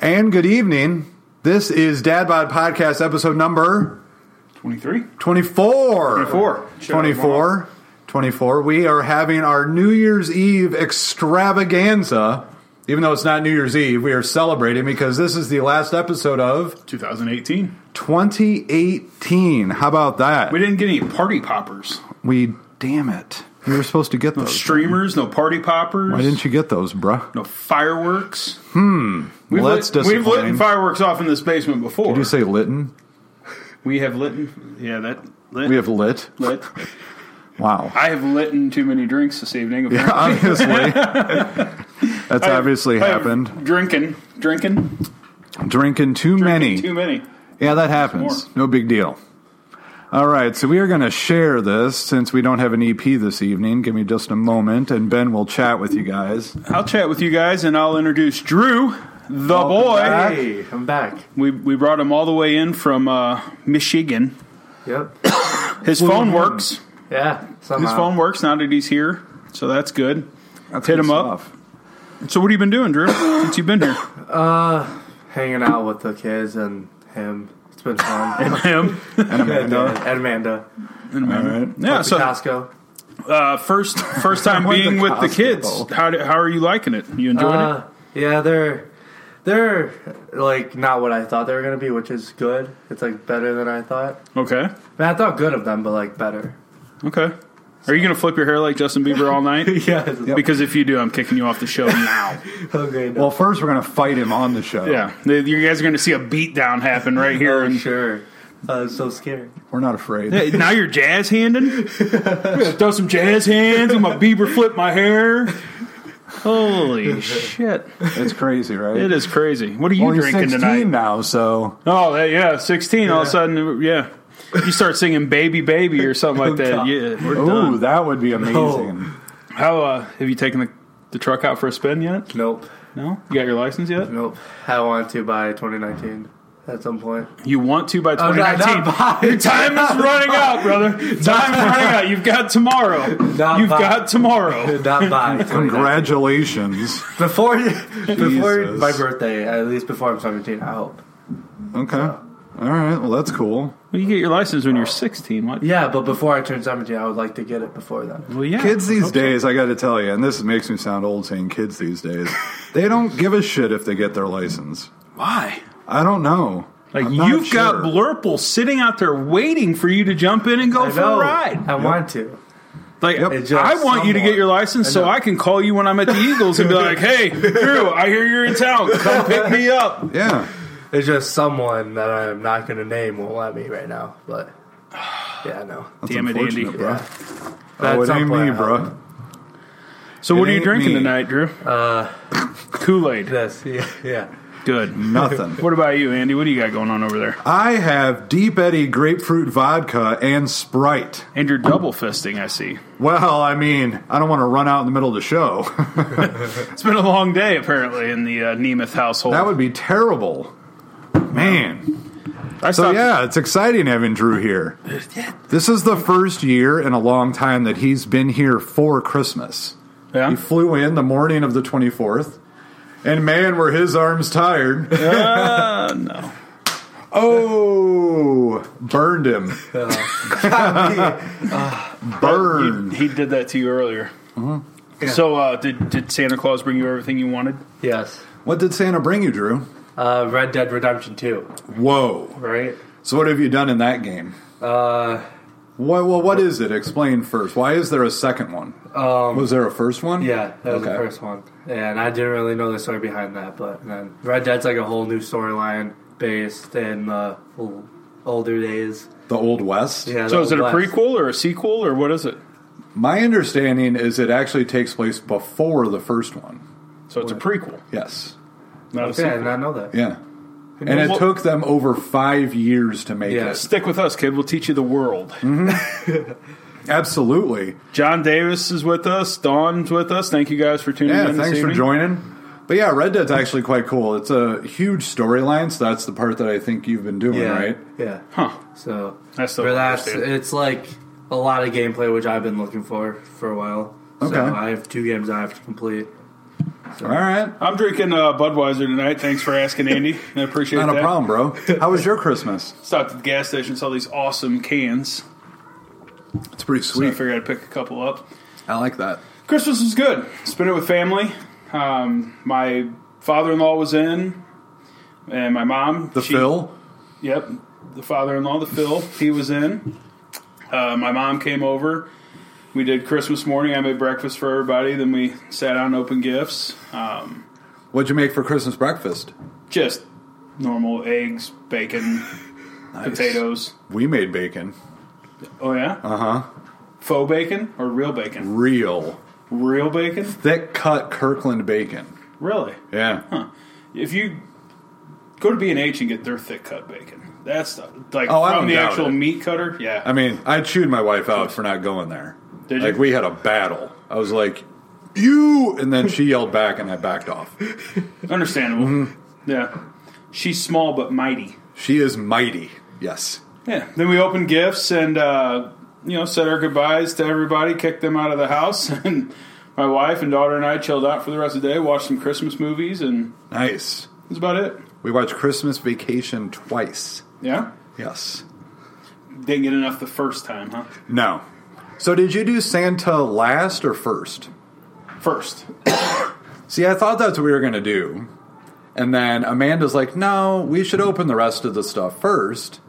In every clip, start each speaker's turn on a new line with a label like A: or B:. A: And good evening. This is Dad Bod Podcast episode number
B: 23?
A: 24.
B: 24.
A: 24. 24. We are having our New Year's Eve extravaganza. Even though it's not New Year's Eve, we are celebrating because this is the last episode of
B: 2018.
A: 2018. How about that?
B: We didn't get any party poppers.
A: We, damn it. We were supposed to get those.
B: Streamers, no party poppers.
A: Why didn't you get those, bruh?
B: No fireworks. We've
A: Well, that's
B: lit, We've lit
A: disappointing.
B: fireworks off in this basement before.
A: Did you say litten?
B: we have lit. Yeah, that lit.
A: We have lit.
B: lit.
A: Wow.
B: I have litten too many drinks this evening. apparently.
A: obviously. That's obviously
B: I have
A: happened.
B: Drinking, drinking,
A: Drinking too many.
B: too many.
A: yeah, that happens.
B: More.
A: No big deal. All right, so we are going to share this since we don't have an EP this evening. Give me just a moment, and Ben will chat with you guys.
B: I'll chat with you guys, and I'll introduce Drew, the boy.
C: Hey, I'm back.
B: We we brought him all the way in from uh, Michigan.
C: Yep.
B: His phone works.
C: Yeah. Somehow.
B: His phone works now that he's here, so that's good.
A: That's
B: Hit
A: good
B: him up.
A: stuff.
B: So what have you been doing, Drew, since you've been here?
C: Hanging out with the kids and him. It's been fun.
B: Him.
C: and Amanda. And Amanda.
A: All right.
B: Yeah. So
C: Costco.
B: uh, first first time
A: Went to
B: being with the
A: Costco.
B: kids. How do, how are you liking it? You enjoying
C: Uh, yeah, they're they're like not what I thought they were gonna be, which is good. It's like better than I thought.
B: it? Okay.
C: I, mean, I thought good of them, but like better.
B: Okay. Are you gonna flip your hair like Justin Bieber all night?
C: yeah.
B: Because if you do, I'm kicking you off the show now.
C: Okay.
A: Well, first we're going to fight him on the show.
B: yeah, They- you guys are going to see a beatdown happen right here.
C: for
B: And
C: sure. Uh, it's so scary.
A: We're not afraid.
B: Hey, now you're jazz handing. Throw some jazz hands. I'm a Bieber flip my hair. Holy shit!
A: It's crazy, right?
B: It is crazy. What are you
A: Well, he's
B: drinking
A: 16
B: tonight?
A: now, so
B: Oh, that, yeah, 16. All of a sudden, yeah. You start singing Baby Baby or something like that.
C: God.
B: Yeah, we're
C: Oh.
A: ooh,
B: done.
A: that would be amazing.
B: How, uh, have you taken the, the truck out for a spin yet?
C: Nope.
B: No? You got your license yet?
C: Nope. I want to by 2019 at some point.
B: You want to by
C: I'm Oh, Uh, not-
B: 2019.
C: not by-
B: Your time is running out, brother. Time is running out. You've got tomorrow.
C: Not
B: You've
C: by-
B: got tomorrow.
C: Not by 2019.
A: Congratulations.
C: before before
A: Jesus.
C: my birthday, at least before I'm 17. I hope.
A: Okay. All right. Well, that's cool.
B: Well, you get your license when you're 16. What?
C: Yeah, but before I turn 17, I would like to get it before then.
B: Well, yeah.
A: Kids these days, I got to tell you, and this makes me sound old saying kids these days, they don't give a shit if they get their license.
B: Why?
A: I don't know.
B: Like,
A: I'm not
B: you've got
A: sure.
B: Blurple sitting out there waiting for you to jump in and go for a ride.
C: I want to.
B: Like
C: It just
B: I want you to get
C: somewhat-
B: your license so
C: I know.
B: I can call you when I'm at the Eagles and be like, "Hey, Drew, I hear you're in town. Come pick me up."
A: Yeah.
C: It's just someone that I'm not going to name won't let me right now. But yeah, no.
A: That's
B: Damn it,
A: unfortunate,
B: Andy.
A: Bro.
C: Yeah.
A: Oh,
C: At
A: it
C: some
A: ain't
C: point,
A: me,
C: I'll-
A: bro.
B: So,
A: It
B: what are you
A: ain't
B: drinking
A: me.
B: tonight, Drew? Uh, Kool Aid.
C: This, yeah, yeah.
B: Good.
A: Nothing.
B: What about you, Andy? What do you got going on over there?
A: I have Deep Eddy grapefruit vodka and Sprite.
B: And you're double fisting. I see.
A: Well, I mean, I don't want to run out in the middle of the show.
B: It's been a long day, apparently, in the uh, Nemeth household.
A: that would be terrible. Man.
B: I
A: So
B: stopped-
A: yeah, it's exciting having Drew here. This is the first year in a long time that he's been here for Christmas.
B: Yeah.
A: He flew in the morning of the 24th, and man, were his arms tired.
B: Uh, no.
A: Oh, burned him. Burned.
B: He did that to you earlier.
C: Mm-hmm.
B: So, uh, did did Santa Claus bring you everything you wanted?
C: Yes.
A: What did Santa bring you, Drew?
C: Uh, Red Dead Redemption 2,
A: Whoa.
C: right?
A: So what have you done in that game?
C: Uh,
A: Well, well what is it? Explain first. Why is there a second one?
C: um,
A: Was there a first one?
C: Yeah, that was the
A: Okay.
C: first one, and I didn't really know the story behind that. But then Red Dead's like a whole new storyline based in the ol- older days.
A: The Old West?
C: Yeah.
B: So, is it a
C: West.
B: prequel or a sequel or what is it?
A: My understanding is it actually takes place before the first one.
B: So it's a prequel,
A: Yes.
B: not a
C: Okay, I did
B: sequel.
C: not know that.
A: Yeah. And it
B: Well-
A: took them over five years to make
C: Yeah.
A: it.
B: Stick with us, kid. We'll teach you the world.
A: Absolutely.
B: John Davis is with us. Dawn's with us. Thank you guys for tuning
A: Yeah,
B: in. this
A: thanks for
B: evening.
A: joining. But yeah, Red Dead's actually quite cool. It's a huge storyline, so that's the part that I think you've been doing,
C: Yeah.
A: right?
C: Yeah.
B: Huh.
C: So
B: I still
C: for
B: don't
C: that,
B: understand.
C: it's like a lot of gameplay, which I've been looking for for a while.
A: Okay.
C: So I have two games I have to complete.
A: All right.
B: I'm drinking uh, Budweiser tonight. Thanks for asking, Andy. I appreciate
A: Not
B: that.
A: a problem, bro. How was your Christmas?
B: Stopped at the gas station, saw these awesome cans.
A: It's pretty
B: So I
A: sweet.
B: figured I'd pick a couple up.
A: I like that.
B: Christmas was good. Spent it with family. Um, my father-in-law was in, and my mom.
A: The
B: she-
A: Phil.
B: Yep, the father-in-law, the Phil. He was in. Uh, my mom came over. We did Christmas morning. I made breakfast for everybody. Then we sat down and opened gifts. Um,
A: What'd you make for Christmas breakfast?
B: just normal eggs, bacon,
A: Nice.
B: potatoes.
A: We made bacon.
B: Oh yeah,
A: Uh huh.
B: faux bacon or real bacon?
A: Real
B: Real bacon,
A: thick cut Kirkland bacon.
B: really?
A: Yeah.
B: if you go to B and H and get their thick cut bacon, that's the, like
A: Oh, I
B: from
A: don't
B: the
A: doubt
B: actual
A: it.
B: meat cutter. Yeah,
A: I mean, I chewed my wife out for not going there.
B: Did you?
A: like we had a battle. I was like, "You," and then she yelled back, and I backed off.
B: understandable.
A: Mm-hmm.
B: Yeah, she's small but mighty.
A: She is mighty. Yes.
B: Yeah. Then we opened gifts and uh, you know said our goodbyes to everybody, kicked them out of the house, and my wife and daughter and I chilled out for the rest of the day, watched some Christmas movies, and
A: Nice.
B: that's about it.
A: We watched Christmas Vacation twice.
B: Yeah,
A: Yes.
B: didn't get enough the first time, huh?
A: No. So did you do Santa last or first?
B: First,
A: See, I thought that's what we were going to do. And then Amanda's like, no, we should open the rest of the stuff first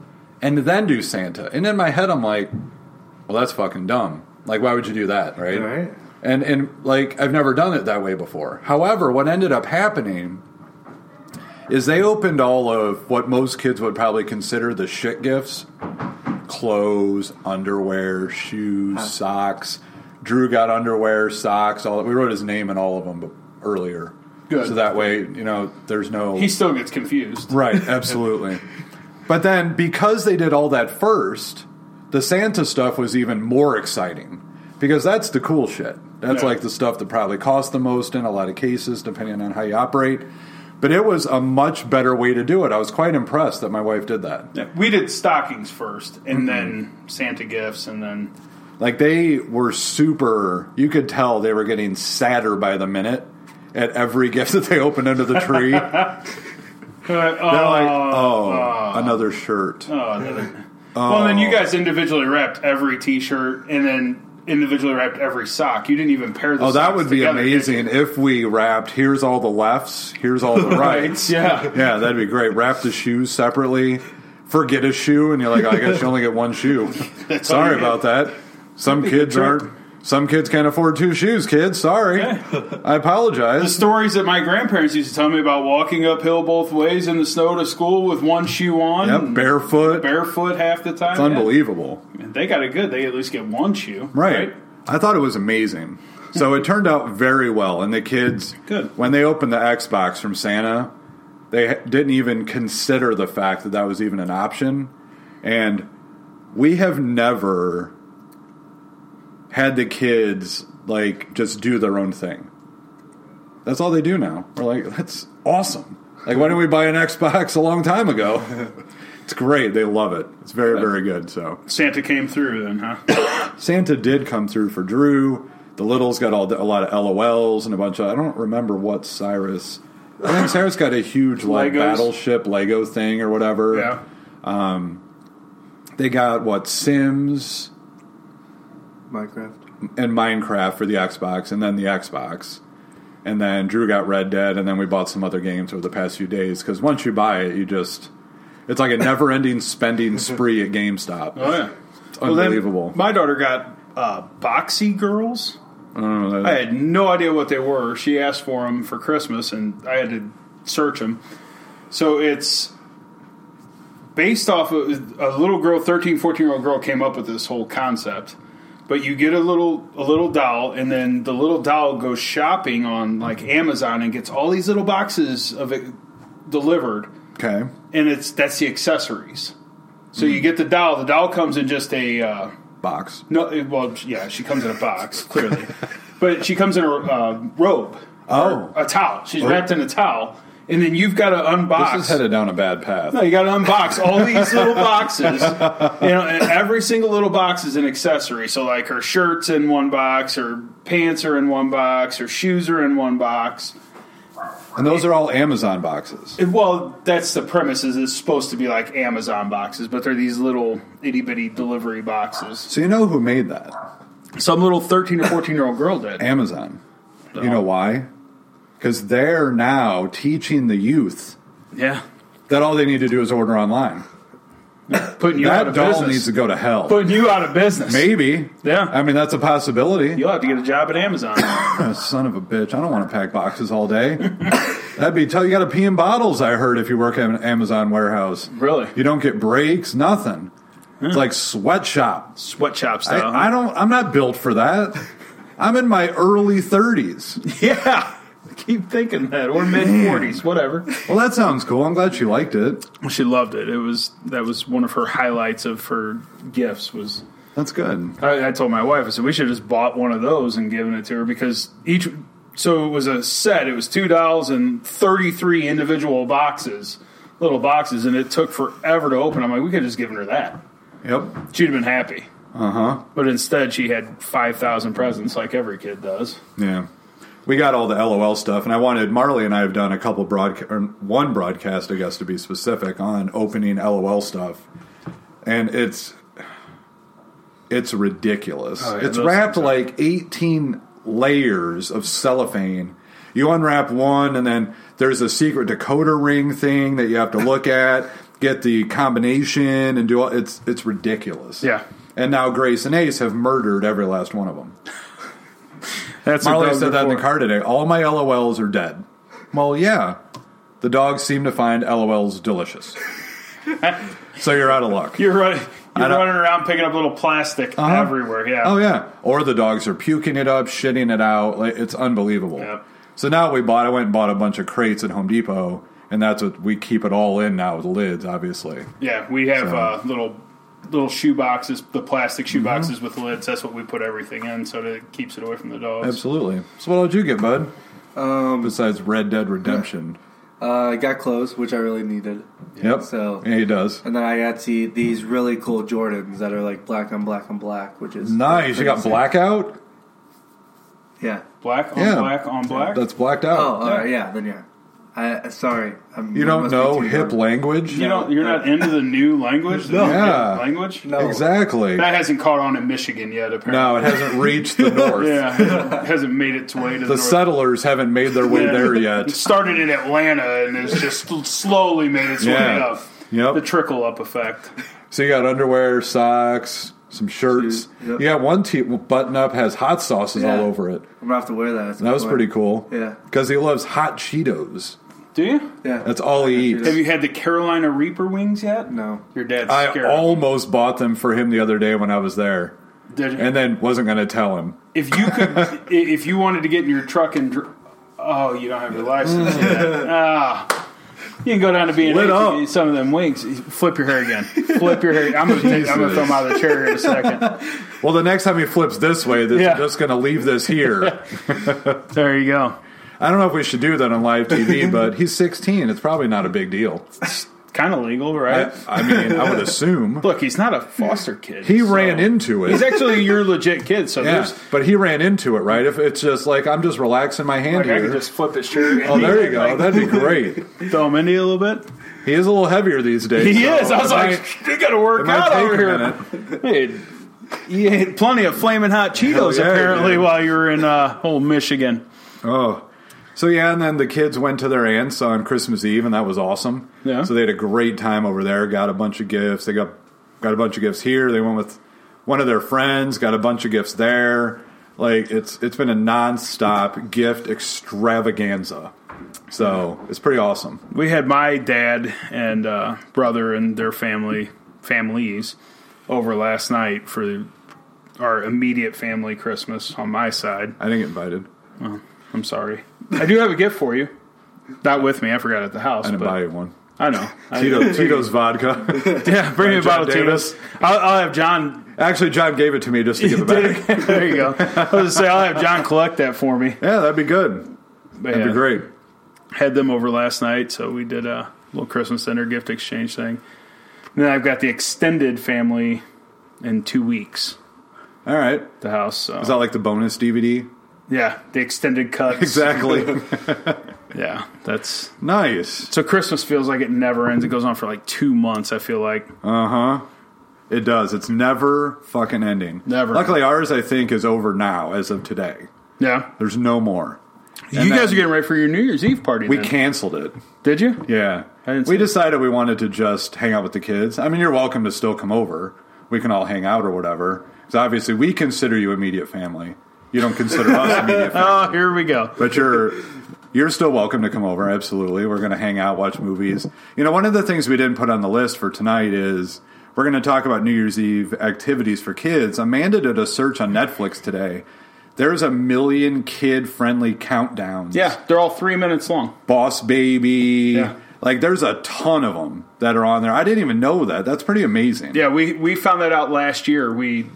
A: and then do Santa. And in my head, I'm like, well, that's fucking dumb. Like, why would you do that, right?
C: Right.
A: And, and like, I've never done it that way before. However, what ended up happening is they opened all of what most kids would probably consider the shit gifts clothes, underwear, shoes, socks. Drew got underwear, socks, all that. We wrote his name in all of them but earlier.
B: Good.
A: So that way, you know, there's no.
B: he still gets confused.
A: right, absolutely. but then because they did all that first, the Santa stuff was even more exciting because that's the cool shit. That's
B: Yeah.
A: like the stuff that probably costs the most in a lot of cases, depending on how you operate. But it was a much better way to do it. I was quite impressed that my wife did that.
B: Yeah. We did stockings first, and then Santa gifts, and then
A: Like they were super. You could tell they were getting sadder by the minute at every gift that they opened under the tree. They're
B: Uh,
A: like,
B: oh,
A: oh, another shirt.
B: oh, another- Well, then you guys individually wrapped every T-shirt, and then individually wrapped every sock. You didn't even pair the.
A: oh, that
B: socks
A: would be
B: together, did you?
A: amazing if we wrapped. Here's all the lefts. Here's all the rights.
B: Yeah.
A: yeah, that'd be great. Wrap the shoes separately. Forget a shoe, and you're like, "Oh, I guess you only get one shoe.
B: all
A: Sorry
B: you get.
A: about that. Some kids aren't. Some kids can't afford two shoes. Kids, sorry. I
B: The
A: apologize.
B: stories that my grandparents used to tell me about walking uphill both ways in the snow to school with one shoe on,
A: Yep,
B: and
A: barefoot. It's
B: barefoot half the time. yeah.
A: unbelievable.
B: And They got it good. They at least get one shoe.
A: Right. I thought it was amazing. So it turned out very well. And the kids,
B: Good.
A: when they opened the Xbox from Santa, they ha- didn't even consider the fact that that was even an option. And we have never had the kids like just do their own thing. That's all they do now. We're like, that's awesome. Like, why didn't we buy an Xbox a long time ago? It's great. They love it. It's very, very good. So.
B: Santa came through then, huh?
A: Santa did come through for Drew. The Littles got all a lot of LOLs and a bunch of I don't remember what Cyrus. I think Cyrus got a huge like
B: Legos.
A: battleship Lego thing or whatever.
B: yeah.
A: They got what Sims
C: Minecraft.
A: and Minecraft for the Xbox, and then the Xbox, and then Drew got Red Dead, and then we bought some other games over the past few days because once you buy it, you just it's like a never-ending spending spree at GameStop.
B: Oh yeah.
A: It's
B: Well, then
A: unbelievable.
B: my daughter got uh, boxy girls.
A: I don't know,
B: I
A: that-
B: had no idea what they were. She asked for them for Christmas, and I had to search them. So it's based off of a little girl, 13, 14 year old girl came up with this whole concept. But you get a little a little doll, and then the little doll goes shopping on like Amazon and gets all these little boxes of it delivered,
A: okay,
B: and it's that's the accessories. So you get the doll. The doll comes in just a uh,
A: box.
B: no, it- well, yeah, she comes in a box clearly, but she comes in a uh, robe,
A: Oh,
B: a towel. She's wrapped in a towel, and then you've got to unbox.
A: this is headed down a bad path.
B: no, you got to unbox all these little boxes. You know, and every single little box is an accessory. So, like her shirts in one box, her pants are in one box, her shoes are in one box.
A: And those are all Amazon boxes.
B: Well, that's the premise. Is it's supposed to be like Amazon boxes, but they're these little itty bitty delivery boxes.
A: So you know who made that?
B: Some little thirteen or fourteen year old girl did.
A: Amazon. You know why? Because they're now teaching the youth
B: Yeah,
A: that all they need to do is order online.
B: putting you out
A: That
B: of
A: doll
B: business.
A: needs to go to hell.
B: putting you out of business.
A: Maybe.
B: Yeah.
A: I mean, that's a possibility.
B: You'll have to get a job at Amazon.
A: Son of a bitch. I don't want to pack boxes all day. That'd be tell you got to pee in bottles, I heard, if you work at an Amazon warehouse.
B: really,
A: You don't get breaks, nothing. It's like sweatshop.
B: sweatshop
A: I,
B: style.
A: I don't, I'm not built for that. I'm in my early 30s.
B: yeah, keep thinking that or mid forties, whatever.
A: Well, that sounds cool. I'm glad she liked it.
B: She loved it. It was that was one of her highlights of her gifts. Was
A: That's good.
B: I, I told my wife, I said we should have just bought one of those and given it to her because each. So it was a set. It was two dolls and thirty three individual boxes, little boxes, and it took forever to open. I'm like, we could have just given her that.
A: Yep.
B: She'd have been happy. Uh
A: Uh-huh.
B: huh. But instead, she had five thousand presents, like every kid does.
A: Yeah. We got all the LOL stuff, and I wanted Marley and I have done a couple broadcast, or one broadcast, I guess, to be specific, on opening LOL stuff, and it's it's ridiculous.
B: Oh, yeah,
A: it's
B: those
A: wrapped
B: things are-
A: like eighteen layers of cellophane. You unwrap one, and then there's a secret decoder ring thing that you have to look at, get the combination, and do all. It's it's ridiculous.
B: Yeah.
A: And now Grace and Ace have murdered every last one of them.
B: That's what
A: Marley
B: dogs
A: said
B: are
A: that in the
B: for.
A: car today. All my LOLs are dead. Well, yeah. The dogs seem to find LOLs delicious. so you're out of luck.
B: You're right. You're
A: don't-
B: running around picking up little plastic everywhere. Yeah.
A: Oh yeah. Or the dogs are puking it up, shitting it out. Like, it's unbelievable.
B: Yep.
A: So now we bought. I went and bought a bunch of crates at Home Depot, and that's what we keep it all in now with lids, obviously.
B: Yeah, we have
A: So- Mm-hmm.
B: uh, little little shoe boxes, the plastic shoe boxes with lids. That's what we put everything in, so that it keeps it away from the dogs.
A: Absolutely. So what did you get, bud? Um, Besides Red Dead Redemption.
C: Uh, I got clothes, which I really needed.
A: Yep.
C: So-
A: yeah, he does.
C: And then I got to these really cool Jordans that are like black on black on black, which is
A: Nice. You got
C: crazy.
A: blackout.
C: Yeah.
B: Black on
A: Yeah.
B: black on black.
A: That's blacked out.
C: Oh, all right, yeah. Then yeah. I sorry. I'm,
A: You don't
C: must be
A: know
C: too
A: hip
C: young.
A: language?
B: you don't. You're not into the new language. The
C: No.
B: new
A: Yeah.
B: Language.
C: No.
A: Exactly.
B: That hasn't caught on in Michigan yet. Apparently.
A: No, it hasn't reached the north.
B: Yeah, hasn't- hasn't made its way to the,
A: The
B: north.
A: settlers haven't made their way
B: Yeah.
A: there
B: It
A: yet.
B: started in Atlanta and has just slowly made its way
A: Yeah.
B: up.
A: Yep.
B: The trickle up effect.
A: So you got underwear, socks, some shirts.
C: Shoes, yep.
A: You got one te- button up has hot sauces
C: Yeah.
A: all over it.
C: I'm gonna have to wear that. at some
A: That was
C: point.
A: pretty cool.
C: Yeah.
A: Because he loves hot Cheetos.
B: Do you?
C: Yeah.
A: That's all he
C: Cheetos.
B: Have
A: eats.
B: you had the Carolina Reaper wings yet?
C: no.
B: Your dad's
A: I
B: scared.
A: almost bought them for him the other day when I was there,
B: Did-
A: and then wasn't going to tell him.
B: If you could, i- if you wanted to get in your truck and, dr- oh, you don't have your license yet. Ah, you can go down to be an
A: Mm. Lit up.
B: eat some of them wings. Flip your hair again. Flip your hair. I'm gonna, take, I'm gonna
A: Jesus.
B: throw him out of the chair here in a second.
A: Well, the next time he flips this way, this,
B: Yeah.
A: I'm just going to leave this here.
B: There you go.
A: I don't know if we should do that on live TV, but he's 16. It's probably not a big deal.
B: Kind of legal, right?
A: I, I mean, I would assume
B: Look, he's not a foster kid.
A: he
B: so-
A: ran into it.
B: He's actually your legit kid. So
A: Yeah,
B: there's.
A: but he ran into it, right? If it's just like I'm just relaxing my hand
B: Like I could
A: here.
B: just flip his shirt. and
A: Oh, there you go.
B: like,
A: That'd be great.
B: Throw him into you a little bit.
A: He is a little heavier these days.
B: He
A: so
B: is. I was
A: it
B: like,
A: might-
B: you got to
A: it
B: work
A: might
B: out
A: take
B: over
A: a
B: here.
A: minute.
B: Hey, you ate plenty of flaming hot
A: Hell
B: Cheetos
A: yeah,
B: apparently
A: dude.
B: while you were in uh, old Michigan.
A: Oh. So yeah, and then the kids went to their aunt's on Christmas Eve, and that was awesome.
B: Yeah.
A: So they had a great time over there. Got a bunch of gifts. They got got a bunch of gifts here. They went with one of their friends. Got a bunch of gifts there. Like it's it's been a nonstop gift extravaganza. So it's pretty awesome.
B: We had my dad and uh, brother and their family families over last night for our immediate family Christmas on my side.
A: I didn't get invited.
B: I'm sorry. I do have a gift for you. Not with me. I forgot at the house.
A: I didn't
B: but
A: buy you one.
B: I know. I-
A: Tito, Tito's vodka.
B: Yeah, bring me a
A: John
B: bottle of Tito's.
A: Davis.
B: I'll, I'll have John.
A: Actually, John gave it to me just to give it back.
B: there you go. I was going to say, I'll have John collect that for me.
A: Yeah, that'd be good.
B: But
A: That'd
B: yeah.
A: be great.
B: had them over last night, so we did a little Christmas dinner gift exchange thing. And then I've got the extended family in two weeks.
A: All right.
B: at The house, so
A: Is that like the bonus DVD?
B: yeah, the extended cuts.
A: Exactly.
B: Yeah, that's
A: Nice.
B: so. Christmas feels like it never ends. It goes on for like two months. I feel like
A: Uh huh. It does. It's never fucking ending.
B: Never.
A: Luckily, ours I think is over now as of today.
B: yeah.
A: There's no more.
B: you
A: then-
B: guys are getting ready for your New Year's Eve party.
A: We
B: then.
A: canceled it.
B: Did you?
A: Yeah.
B: I didn't see
A: We
B: it.
A: decided we wanted to just hang out with the kids. I mean, you're welcome to still come over. We can all hang out or whatever. Because obviously, we consider you immediate family. You don't consider us immediate family.
B: Oh, here we go.
A: But you're you're still welcome to come over. Absolutely, we're going to hang out, watch movies. You know, one of the things we didn't put on the list for tonight is we're going to talk about New Year's Eve activities for kids. Amanda did a search on Netflix today. There's a million kid friendly countdowns.
B: Yeah, they're all three minutes long.
A: Boss Baby.
B: Yeah.
A: Like there's a ton of them that are on there. I didn't even know that. That's pretty amazing.
B: Yeah, we we found that out last year. We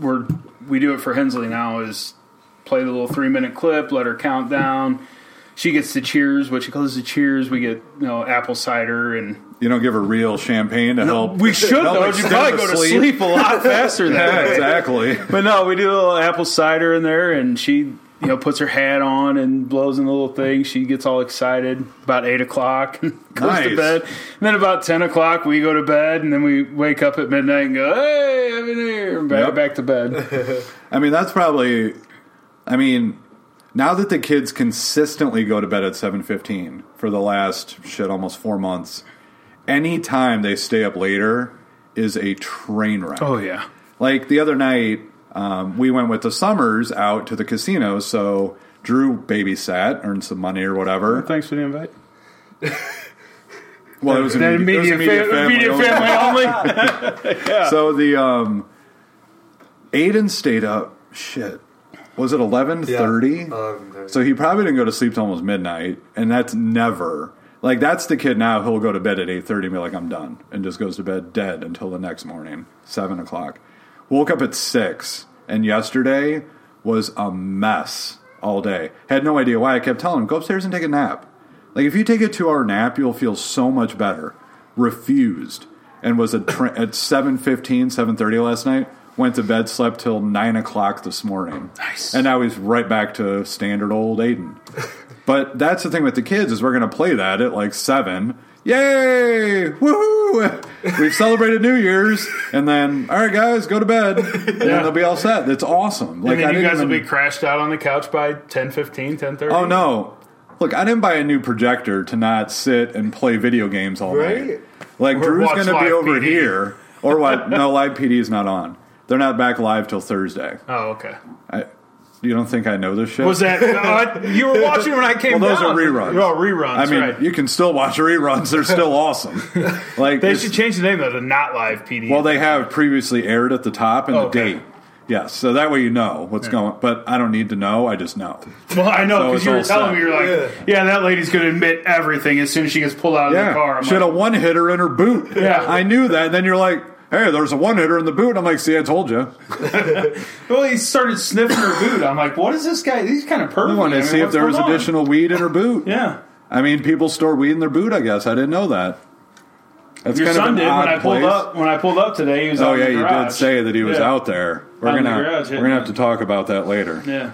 B: were we do it for Hensley now is play the little three minute clip, let her count down. She gets the cheers, what she calls the cheers. We get you know apple cider and
A: You don't give her real champagne to help.
B: we should
A: help
B: though. You
A: extend
B: probably
A: the
B: go to sleep a lot faster than
A: Yeah,
B: that.
A: exactly.
B: But no, we do a little apple cider in there, and she you know puts her hat on and blows in the little thing. She gets all excited about eight o'clock, goes
A: Nice.
B: to bed, and then about ten o'clock we go to bed, and then we wake up at midnight and go, "Hey, happy new year!" and back,
A: Yep.
B: back to bed.
A: I mean, that's probably. I mean, now that the kids consistently go to bed at seven fifteen for the last shit almost four months, any time they stay up later is a train wreck.
B: Oh yeah,
A: Like the other night, um, we went with the Summers out to the casino, so Drew babysat, earned some money or whatever.
B: thanks for the invite.
A: Well, it was
B: That
A: immediate, it was
B: immediate,
A: immediate
B: fa-
A: family.
B: immediate
A: only.
B: family only.
A: So the um, Aiden stayed up. Shit, was it eleven thirty? So he probably didn't go to sleep till almost midnight, and that's never like that's the kid now. He'll go to bed at eight thirty and be like, "I'm done," and just goes to bed dead until the next morning, seven o'clock. Woke up at six, and yesterday was a mess all day. Had no idea why. I kept telling him, "Go upstairs and take a nap." Like if you take a two-hour nap, you'll feel so much better. Refused, and was a tra- at 7.15, 7.30 last night. Went to bed, slept till nine o'clock this morning.
B: Nice.
A: And now he's right back to standard old Aiden. But that's the thing with the kids is we're going to play that at like seven. Yay! Woohoo! We've celebrated New Year's, and then all right, guys, go to bed, and then they'll be all set. That's awesome. Like
B: And then you
A: didn't
B: guys
A: even-
B: will be crashed out on the couch by 10, 15, 10, 30.
A: Oh no! Look, I didn't buy a new projector to not sit and play video games all night.
D: Right?
A: Like
B: Or
A: Drew's
B: watch
A: going to be
B: live
A: over
B: PD.
A: here, or what? no, live PD is not on. They're not back live till Thursday.
B: Oh, okay.
A: I, you don't think I know this shit?
B: Was that uh, you were watching when I came?
A: Well, those
B: down.
A: are reruns.
B: Oh, reruns.
A: I mean,
B: right.
A: you can still watch reruns. They're still awesome. Like
B: They
A: it's-
B: should change the name of the Not Live PD.
A: well, they have previously aired at the top and
B: Okay.
A: the date. Yes, so that way you know what's going. But I don't need to know. I just know.
B: Well, I know
A: So
B: because
A: it's
B: you were
A: all set.
B: telling me you're like, yeah. that lady's going to admit everything as soon as she gets pulled out of the car.
A: Yeah,
B: I'm
A: she had
B: like,
A: a one hitter in her boot.
B: Yeah.
A: I knew that. And then you're like, hey, there's a one hitter in the boot. I'm like, see, I told you.
B: well, he started sniffing her boot. I'm like, what is this guy? He's kind of perfect.
A: I wanted to see if there was additional weed in her boot.
B: Yeah,
A: I mean, people store weed in their boot. I guess I didn't know that. That's
B: your
A: kind of
B: son
A: an
B: did when
A: odd
B: I pulled
A: place.
B: up. When I pulled up today, he was.
A: Oh
B: out in
A: yeah,
B: the
A: you did
B: garage.
A: say that he was
B: Yeah.
A: out there. We're
B: Out in the
A: gonna
B: garage,
A: we're
B: yeah.
A: gonna have to talk about that later.
B: Yeah.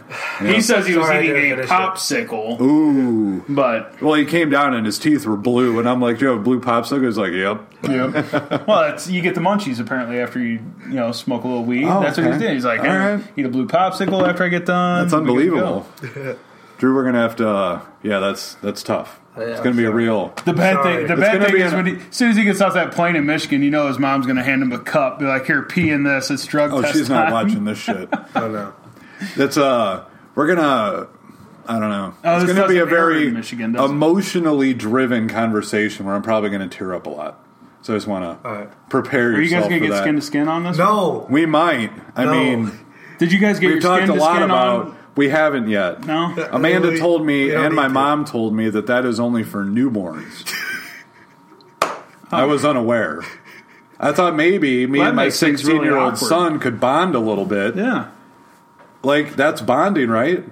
B: he says he was
C: Sorry, I
B: eating
C: didn't
B: a
C: finish it.
B: popsicle,
A: Ooh.
B: but
A: Well, he came down and his teeth were blue, and I'm like, "Do you have a blue popsicle?" He's like,
B: Hmm.
A: "Yep."
B: yeah. well, it's, you get the munchies apparently after you you know smoke a little weed.
A: Oh,
B: That's what
A: okay.
B: he's doing. He's like,
A: All
B: "Hey,
A: right.
B: eat a blue popsicle after I get done.
A: That's
B: We're good to
A: unbelievable.
B: go."
A: Drew, we're gonna have to. Uh, yeah, that's that's tough.
C: Yeah,
A: it's gonna be a real.
B: The bad
C: Sorry.
B: thing, the
C: It's
B: bad
A: gonna
B: thing
A: be
B: is
A: an-
B: when he, as soon as he gets off that plane in Michigan, you know his mom's going to hand him a cup, be like, "Here, pee in this. It's drug
A: Oh,
B: test
A: she's not
B: time."
A: watching this shit.
C: Oh no.
A: That's uh, we're gonna. I don't know.
B: Oh,
A: it's
B: this
A: gonna be a
B: doesn't air
A: very
B: in Michigan, does it?
A: emotionally driven conversation where I'm probably gonna tear up a lot. So I just want to
C: All right.
A: prepare
B: Are you guys
A: yourself
B: going to
A: for
B: get
A: that.
B: skin to skin on this?
C: No.
A: we might. I
C: No.
A: mean,
B: Did you guys get
A: we've
B: your
A: talked
B: skin
A: a
B: to
A: lot
B: skin
A: about.
B: on?
A: We haven't yet.
B: No.
A: Amanda
C: We-
A: told me,
C: we don't
A: and my
C: need to.
A: mom told me that that is only for newborns. I was unaware. I thought maybe me
B: Well, that
A: and my
B: makes things really
A: sixteen-year-old
B: awkward.
A: son could bond a little bit.
B: Yeah.
A: Like that's bonding, right?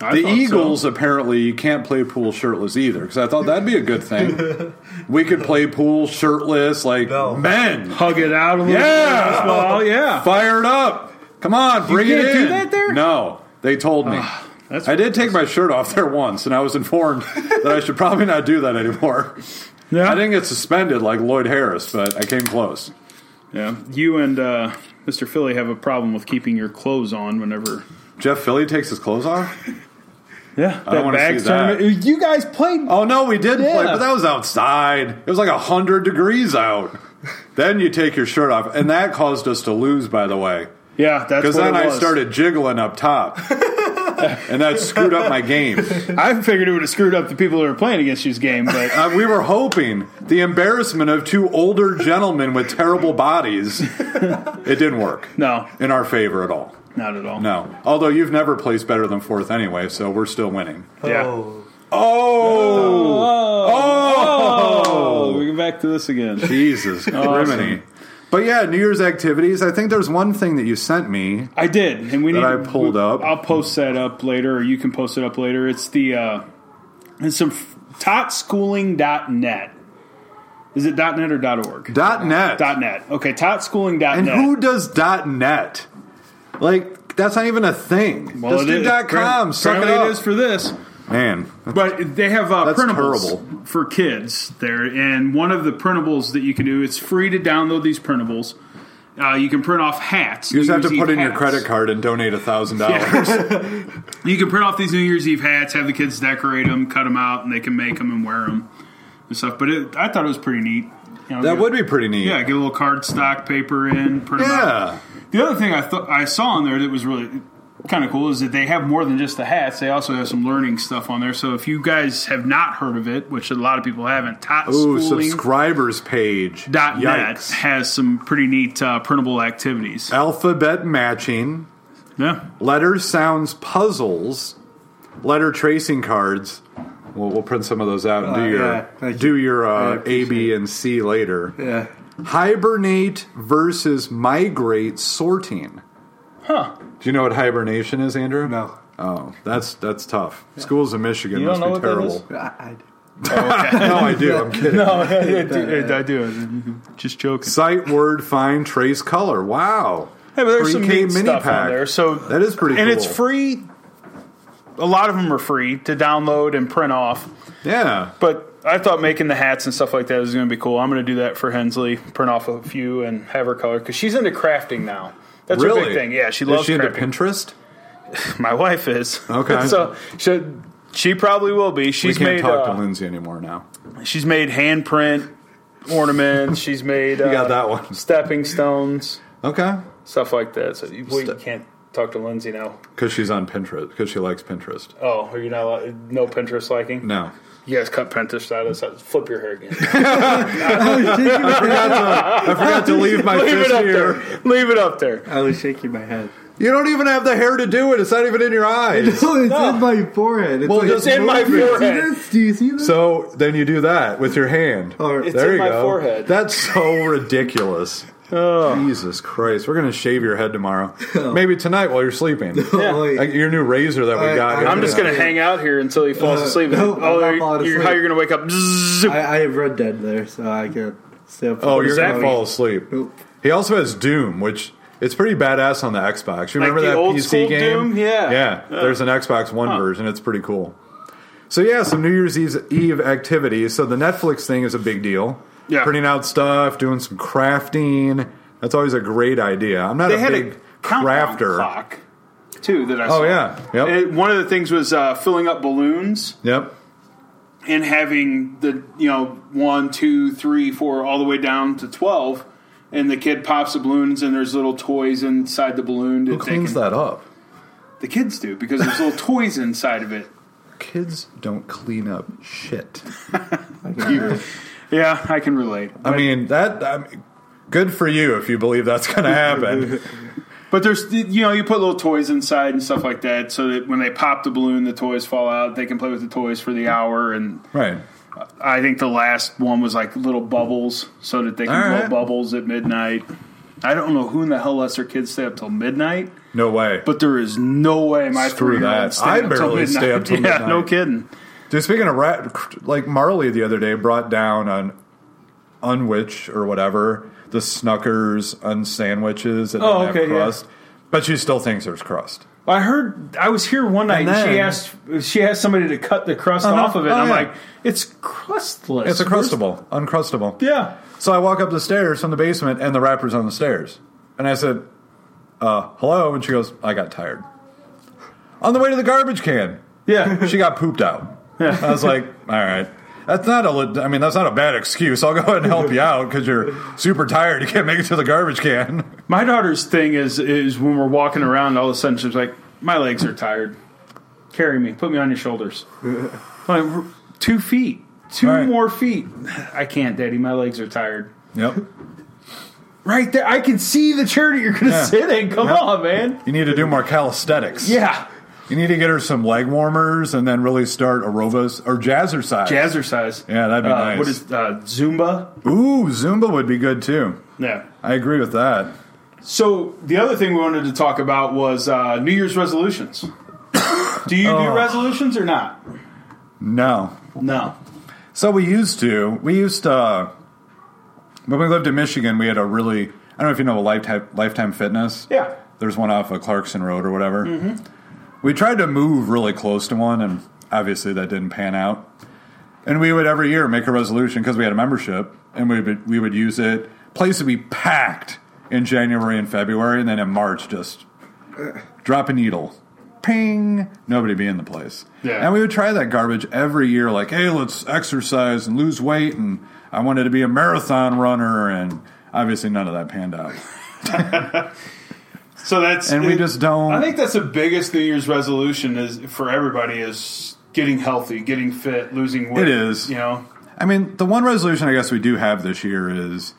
B: I
A: The
B: thought so.
A: Eagles apparently you can't play pool shirtless either because I thought that'd be a good thing. we could play pool shirtless, like
C: No.
A: men,
B: hug it out a little.
A: Yeah.
B: bit. Well, yeah.
A: fired up. Come on, bring
B: can't
A: it
B: do
A: in.
B: that there? Ah,
A: No, they told me.
B: That's
A: I did take my shirt off there once, and I was informed that I should probably not do that anymore.
B: Yeah,
A: I didn't get suspended like Lloyd Harris, but I came close.
B: yeah. You and uh, Mr. Philly have a problem with keeping your clothes on whenever.
A: Jeff Philly takes his clothes off.
B: Yeah,
A: don't wanna see that.
B: You guys played.
A: Oh no, we did play,
B: Yeah.
A: but that was outside. It was like hundred degrees out. then you take your shirt off, and that caused us to lose. By the way,
B: Yeah, that's
A: because
B: what
A: then
B: it
A: I
B: was.
A: started jiggling up top, and that screwed up my game.
B: I figured it would have screwed up the people that were playing against you's game, but
A: Uh, we were hoping the embarrassment of two older gentlemen with terrible bodies. It didn't work
B: no,
A: in our favor at all.
B: not at all.
A: No, although you've never placed better than fourth anyway, so we're still winning.
B: Yeah.
C: Oh.
A: Oh,
B: Oh, we get back to this again.
A: Jesus, criminy. But yeah, New Year's activities. I think there's one thing that you sent me.
B: I did, and we need.
A: I pulled
B: we-
A: up.
B: I'll post that up later, or you can post it up later. It's the uh, it's some f- totschooling.net. Is it .net or .org?
A: Dot net.
B: .net. Okay, totschooling.net.
A: and who does dot net? Like that's not even a thing.
B: Well,
A: Just
B: it
A: do
B: is.
A: dot com.
B: Apparently-
A: Suck it
B: apparently
A: up.
B: it is for this.
A: Man,
B: But they have uh,
A: That's
B: printables
A: terrible.
B: for kids there, and one of the printables that you can do, it's free to download these printables. Uh, you can print off hats.
A: you just have to put in your credit card and donate a thousand dollars.
B: You can print off these New Year's Eve hats, have the kids decorate them, cut them out, and they can make them and wear them and stuff. But it, I thought it was pretty neat. You know,
A: That
B: get-
A: would be pretty neat.
B: yeah, get a little cardstock paper in, print 'em out.
A: Yeah.
B: The other thing I thought I saw on there that was really kind of cool is that they have more than just the hats. They also have some learning stuff on there. So if you guys have not heard of it, which a lot of people haven't, Tot
A: Ooh,
B: Schooling
A: subscribers page.
B: dot net
A: Yikes.
B: has some pretty neat uh, printable activities.
A: Alphabet matching,
B: Yeah,
A: letter sounds puzzles, letter tracing cards. We'll, we'll print some of those out and do
C: Uh,
A: your
C: yeah, thank
A: do your
C: I
A: uh, A,
C: appreciate
A: B, and C later.
C: Yeah.
A: Hibernate versus migrate sorting.
B: huh?
A: Do you know what hibernation is, Andrew?
C: No.
A: Oh, that's that's tough. Schools in Michigan
B: You
A: must
B: don't
A: be
B: know what
A: terrible.
B: that
C: I, I,
A: no, I do. I'm kidding.
B: Oh, I do. I do. Just joking.
A: Sight, word, find, trace, color. Wow.
B: Hey, but there's some
A: 3K
B: neat stuff
A: pack.
B: on there. So
A: That is pretty
B: and
A: cool.
B: it's free. A lot of them are free to download and print off.
A: Yeah.
B: But I thought making the hats and stuff like that was going to be cool. I'm going to do that for Hensley, print off a few and have her color because she's into crafting now. That's
A: really?
B: her big thing. Yeah, she
A: Is
B: loves
A: she into
B: crafting.
A: Pinterest?
B: My wife is
A: Okay.
B: so she, she probably will be.
A: We
B: She's
A: can't
B: made
A: talk
B: uh,
A: to Lindsay anymore now.
B: she's made handprint ornaments. she's made uh,
A: You got that one.
B: stepping stones,
A: Okay.
B: stuff like that. So you, well, you can't talk to Lindsay now.
A: Because she's on Pinterest. Because she likes Pinterest.
B: Oh, are you not allowed, no Pinterest liking?
A: No.
B: You guys cut Pinterest out of this. Flip your hair again.
A: I forgot to leave my
B: Leave
A: fish
B: it up
A: here.
B: there. Leave it up there.
C: I was shaking my head.
A: You don't even have the hair to do it. It's not even in your eyes.
C: Oh, it's in my forehead. It's
A: Well,
C: like,
A: just
B: It's in my
C: do you see
B: forehead.
C: this? Do you see this?
A: So then you do that with your hand.
C: Or- It's
A: there
B: in
A: you
B: my
A: go.
B: forehead. Oh.
A: That's so ridiculous. Jesus Christ. We're going to shave your head tomorrow. Maybe tonight while you're sleeping.
C: Oh, wait.
A: Like your new razor that we
C: I-
A: got. Oh,
C: I-
B: I'm just gonna hang out here until he falls
C: Uh,
B: asleep.
C: no, I'm
B: oh,
C: not
B: you're-
C: falling
B: you're-
C: asleep.
B: how you're gonna wake up? Zzz.
C: I, I have Red Dead there, so I can stay up.
A: Oh,
C: for
A: you're
C: the
A: going to
C: night.
A: fall asleep.
C: Nope.
A: He also has Doom, which it's pretty badass on the Xbox. You
B: Like
A: remember
B: the
A: that
B: old
A: PC
B: school
A: game?
B: Doom? Yeah.
A: Yeah. There's an Xbox One version. It's pretty cool. So yeah, some New Year's Eve, Eve activities. So the Netflix thing is a big deal.
B: Yeah.
A: Printing out stuff, doing some crafting. That's always a great idea. I'm not
B: they
A: a
B: had
A: big
B: a countdown
A: crafter.
B: clock too that I saw.
A: Oh yeah. Yep.
B: And one of the things was uh, filling up balloons
A: yep.
B: and having the you know one, two, three, four, all the way down to twelve. And the kid pops the balloons, and there's little toys inside the balloon.
A: Who cleans that up?
B: The kids do because there's little toys inside of it.
A: Kids don't clean up shit.
B: Yeah, I can relate.
A: I mean that. I mean, good for you if you believe that's going to happen.
B: But there's, you know, you put little toys inside and stuff like that, so that when they pop the balloon, the toys fall out. They can play with the toys for the hour, and
A: right.
B: I think the last one was like little bubbles, so that they can
A: All
B: blow
A: right.
B: bubbles at midnight. I don't know who in the hell lets their kids stay up till midnight,
A: No way.
B: but there is no way my
A: Screw
B: three year
A: that.
B: old
A: I
B: stay up till
A: barely
B: midnight.
A: stay up till
B: yeah,
A: midnight.
B: no kidding.
A: Dude, speaking of rat, like Marley the other day brought down an unwitch or whatever the Snuckers unsandwiches that
B: Oh,
A: don't
B: okay,
A: have
B: yeah.
A: crust, but she still thinks there's crust.
B: I heard I was here one night and,
A: then-
B: she asked she asked somebody to cut the crust
A: Oh, no.
B: off of it. and
A: Oh,
B: I'm
A: yeah.
B: like, it's crustless.
A: It's a crustable, uncrustable.
B: Yeah.
A: So I walk up the stairs from the basement, and the wrapper's on the stairs. And I said, uh, hello? And she goes, I got tired. On the way to the garbage can,
B: Yeah.
A: she got pooped out. I was like, all right. That's not a. lit- I mean, that's not a bad excuse. I'll go ahead and help you out because you're super tired. You can't make it to the garbage can.
B: My daughter's thing is is when we're walking around, all of a sudden she's like, "My legs are tired. Carry me. Put me on your shoulders." like r- two feet, two
A: Right.
B: more feet. I can't, Daddy. My legs are tired.
A: Yep.
B: Right there, I can see the chair that you're going to
A: Yeah.
B: sit in. Come on, man.
A: You need to do more calisthenics.
B: Yeah,
A: You need to get her some leg warmers and then really start aerobas or jazzercise.
B: jazzercise.
A: Yeah, that'd be
B: uh,
A: nice.
B: What is uh, Zumba?
A: Ooh, Zumba would be good too.
B: Yeah.
A: I agree with that.
B: So the other thing we wanted to talk about was uh, New Year's resolutions. do you
A: Oh.
B: do resolutions or not?
A: No.
B: No.
A: So we used to. We used to. When we lived in Michigan, we had a really. I don't know if you know a lifetime Lifetime Fitness.
B: Yeah.
A: There's one off of Clarkson Road or whatever. We tried to move really close to one, and obviously that didn't pan out. And we would every year make a resolution because we had a membership, and we would we would use it. Place would be packed in January and February, and then in March just drop a needle, ping, nobody be in the place.
B: Yeah.
A: And we would try that garbage every year, like, hey, let's exercise and lose weight, and I wanted to be a marathon runner, and obviously none of that panned out.
B: So that's
A: And we just don't.
B: I think that's the biggest New Year's resolution is for everybody is getting healthy, getting fit, losing
A: It
B: weight.
A: is.
B: you know.
A: I mean, the one resolution I guess we do have this year is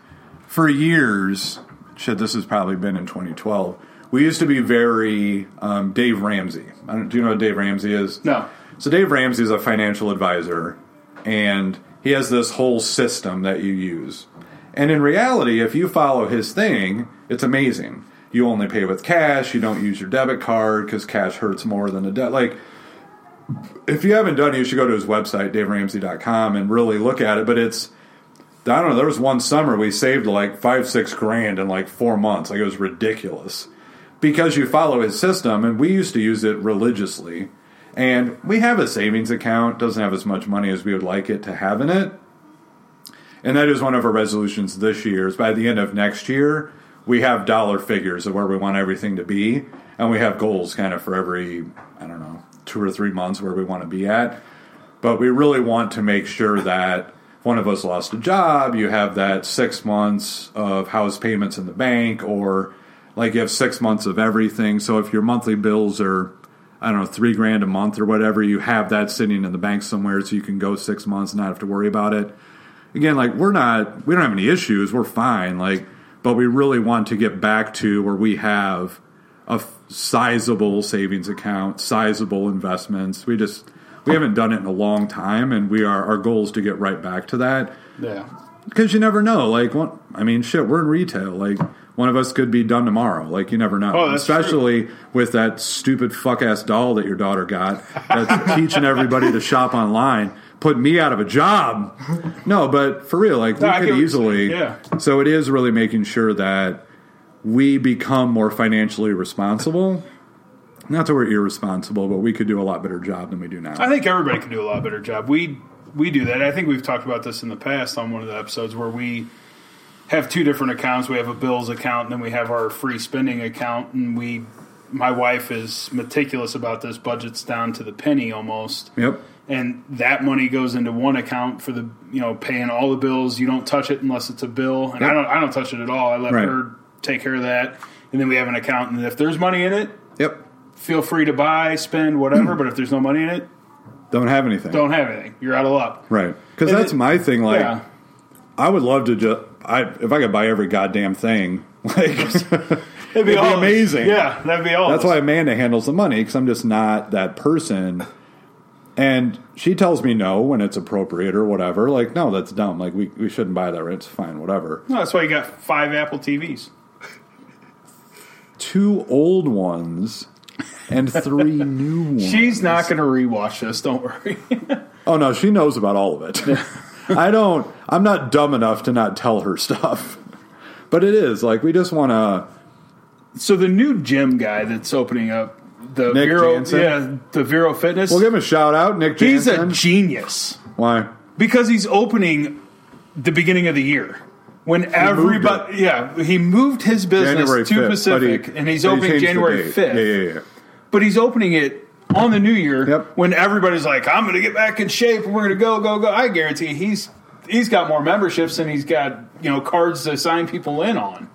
A: for years, shit, this has probably been in 2012. We used to be very um, Dave Ramsey. I don't, do you know what Dave Ramsey is?
B: No.
A: So Dave Ramsey is a financial advisor, and he has this whole system that you use. And in reality, if you follow his thing, it's amazing. You only pay with cash. You don't use your debit card because cash hurts more than a debt. Like, if you haven't done it, you should go to his website, daveramsey.com, and really look at it. But it's, I don't know, there was one summer we saved like five, six grand in like four months. Like, it was ridiculous because you follow his system and we used to use it religiously and we have a savings account doesn't have as much money as we would like it to have in it and that is one of our resolutions this year is by the end of next year we have dollar figures of where we want everything to be and we have goals kind of for every i don't know two or three months where we want to be at but we really want to make sure that if one of us lost a job, you have that six months of house payments in the bank, or like you have six months of everything. So if your monthly bills are, I don't know, three grand a month or whatever, you have that sitting in the bank somewhere so you can go six months and not have to worry about it. Again, like we're not, we don't have any issues, we're fine. Like, but we really want to get back to where we have a f- sizable savings account, sizable investments. We just we haven't done it in a long time, and we are our goal is to get right back to that
B: Yeah.
A: because you never know. Like, one, I mean, shit, we're in retail. Like, one of us could be done tomorrow. Like, you never know.
B: Oh, that's
A: Especially with that stupid fuck ass doll that your daughter got that's teaching everybody to shop online. Put me out of a job. No, but for real, like,
B: No, I
A: we could
B: get what you're
A: easily.
B: saying, yeah.
A: So it is really making sure that we become more financially responsible. Not that we're irresponsible, but we could do a lot better job than we do now.
B: I think everybody can do a lot better job. We we do that. I think we've talked about this in the past on one of the episodes where we have two different accounts. We have a bills account and then we have our free spending account and we my wife is meticulous about this. Budgets down to the penny almost.
A: yep.
B: and that money goes into one account for the you know paying all the bills. You don't touch it unless it's a bill, and I
A: Yep.
B: don't I don't touch it at all. I let
A: Right.
B: her take care of that, and then we have an account, and if there's money in it,
A: Yep.
B: feel free to buy, spend, whatever. but if there's no money in it,
A: Don't have anything.
B: don't have anything. You're out of luck.
A: Right. Because
B: And
A: that's
B: it-
A: my thing. Like,
B: yeah,
A: I would love to just I if I could buy every goddamn thing. Like be
B: it'd
A: amazing.
B: Yeah, that'd be all.
A: that's why Amanda handles the money because I'm just not that person. And she tells me no when it's appropriate or whatever. Like no, that's dumb. Like we, we shouldn't buy that. Right? It's fine. Whatever.
B: No, that's why you got five Apple TVs.
A: Two old ones and three new ones.
B: She's not going to rewatch this. Don't worry.
A: Oh no, she knows about all of it. I don't. I'm not dumb enough to not tell her stuff. But it is like we just want to.
B: so the new gym guy that's opening up the
A: Nick
B: Vero,
A: Jansen?
B: yeah, the Vero Fitness.
A: We'll give him a shout out, Nick
B: he's
A: Jansen.
B: a genius
A: Why?
B: because he's opening the beginning of the year when everybody. Yeah, he moved his business
A: January
B: to
A: 5th.
B: Pacific,
A: but he-
B: and he's
A: but he
B: opening
A: changed the
B: January
A: date.
B: fifth.
A: Yeah, yeah, yeah.
B: But he's opening it on the new year
A: Yep.
B: when everybody's like, "I'm going to get back in shape. and We're going to go, go, go." I guarantee he's he's got more memberships and he's got you know cards to sign people in on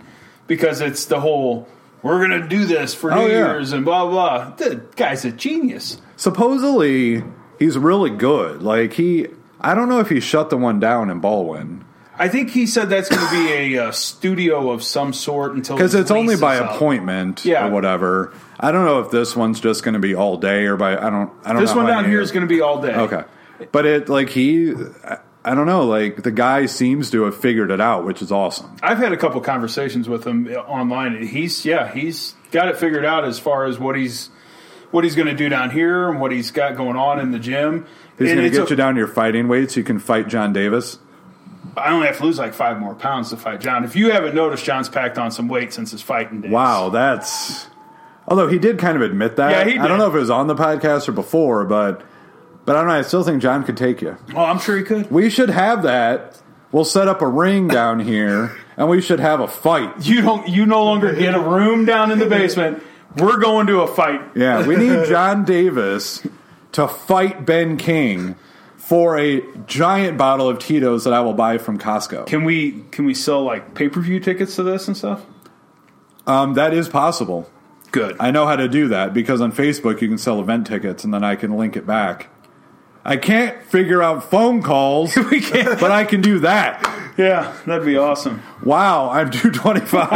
B: because it's the whole we're going to do this for
A: Oh,
B: New
A: yeah.
B: Year's and blah blah. The guy's a genius.
A: Supposedly, he's really good. Like he, I don't know if he shut the one down in Baldwin
B: I think he said that's going to be a, uh studio of some sort until
A: because it's
B: the
A: only
B: lease
A: by
B: is up.
A: appointment
B: Yeah.
A: or whatever. I don't know if this one's just going to be all day or by. I don't. I don't.
B: This
A: know
B: one
A: how
B: down
A: many
B: here
A: are-
B: is going to be all day.
A: Okay. But it like he I- I don't know, like the guy seems to have figured it out, which is awesome.
B: I've had a couple conversations with him online, and he's yeah, he's got it figured out as far as what he's what he's going to do down here and what he's got going on in the gym.
A: He's going
B: And
A: to
B: it's
A: get
B: a-
A: you down to your fighting weight so you can fight John Davis.
B: I only have to lose like five more pounds to fight John. If you haven't noticed, John's packed on some weight since his fighting days.
A: Wow, that's Although he did kind of admit that.
B: Yeah, he
A: I
B: did.
A: don't know if it was on the podcast or before, but but I don't know, I still think John could take you.
B: Oh, I'm sure he could.
A: We should have that. We'll set up a ring down here and we should have a fight.
B: You don't. You no longer get a room down in the basement. We're going to a fight.
A: Yeah, we need John Davis to fight Ben King for a giant bottle of Tito's that I will buy from Costco.
B: Can we? Can we sell like pay per view tickets to this and stuff?
A: Um, that is possible.
B: Good.
A: I know how to do that because on Facebook you can sell event tickets and then I can link it back. I can't figure out phone calls,
B: we can.
A: but I can do that.
B: Yeah, that'd be awesome.
A: Wow, I'm 225.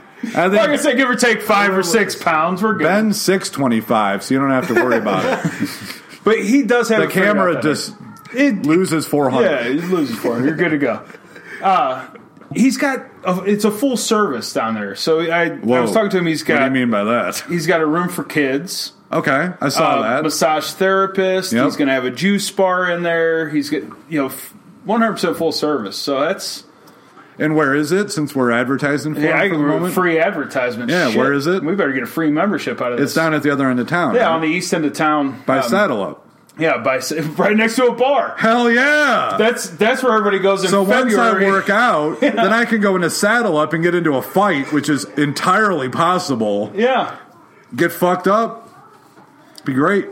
A: I
B: Like I
A: think
B: said, give or take five or six pounds, we're good.
A: Ben's 625, so you don't have to worry about it.
B: But he does have
A: The
B: it figured
A: camera
B: out that
A: just loses 400.
B: yeah, he's losing for him. You're good to go. Uh, he's got a, it's a full service down there. So I, I was
A: Whoa.
B: talking to him. He's
A: What do you
B: got
A: mean by that?
B: he's got a room for kids,
A: Okay, I saw
B: uh,
A: Oh, that.
B: massage therapist.
A: Yep.
B: He's going to have a juice bar in there. He's got you know. 100 percent full service, so that's
A: And where is it? Since we're advertising for
B: yeah,
A: it
B: I
A: for the moment,
B: free advertisement.
A: Yeah,
B: Shit.
A: where is it?
B: We better get a free membership out of
A: it's
B: this.
A: down at the other end of town.
B: yeah,
A: right?
B: on the east end of town.
A: by
B: Um,
A: Saddle Up.
B: Yeah, by right next to a bar.
A: Hell yeah!
B: That's that's where everybody goes in
A: so
B: February.
A: once I work out, then I can go into Saddle Up and get into a fight, which is entirely possible.
B: Yeah,
A: Get fucked up, be great.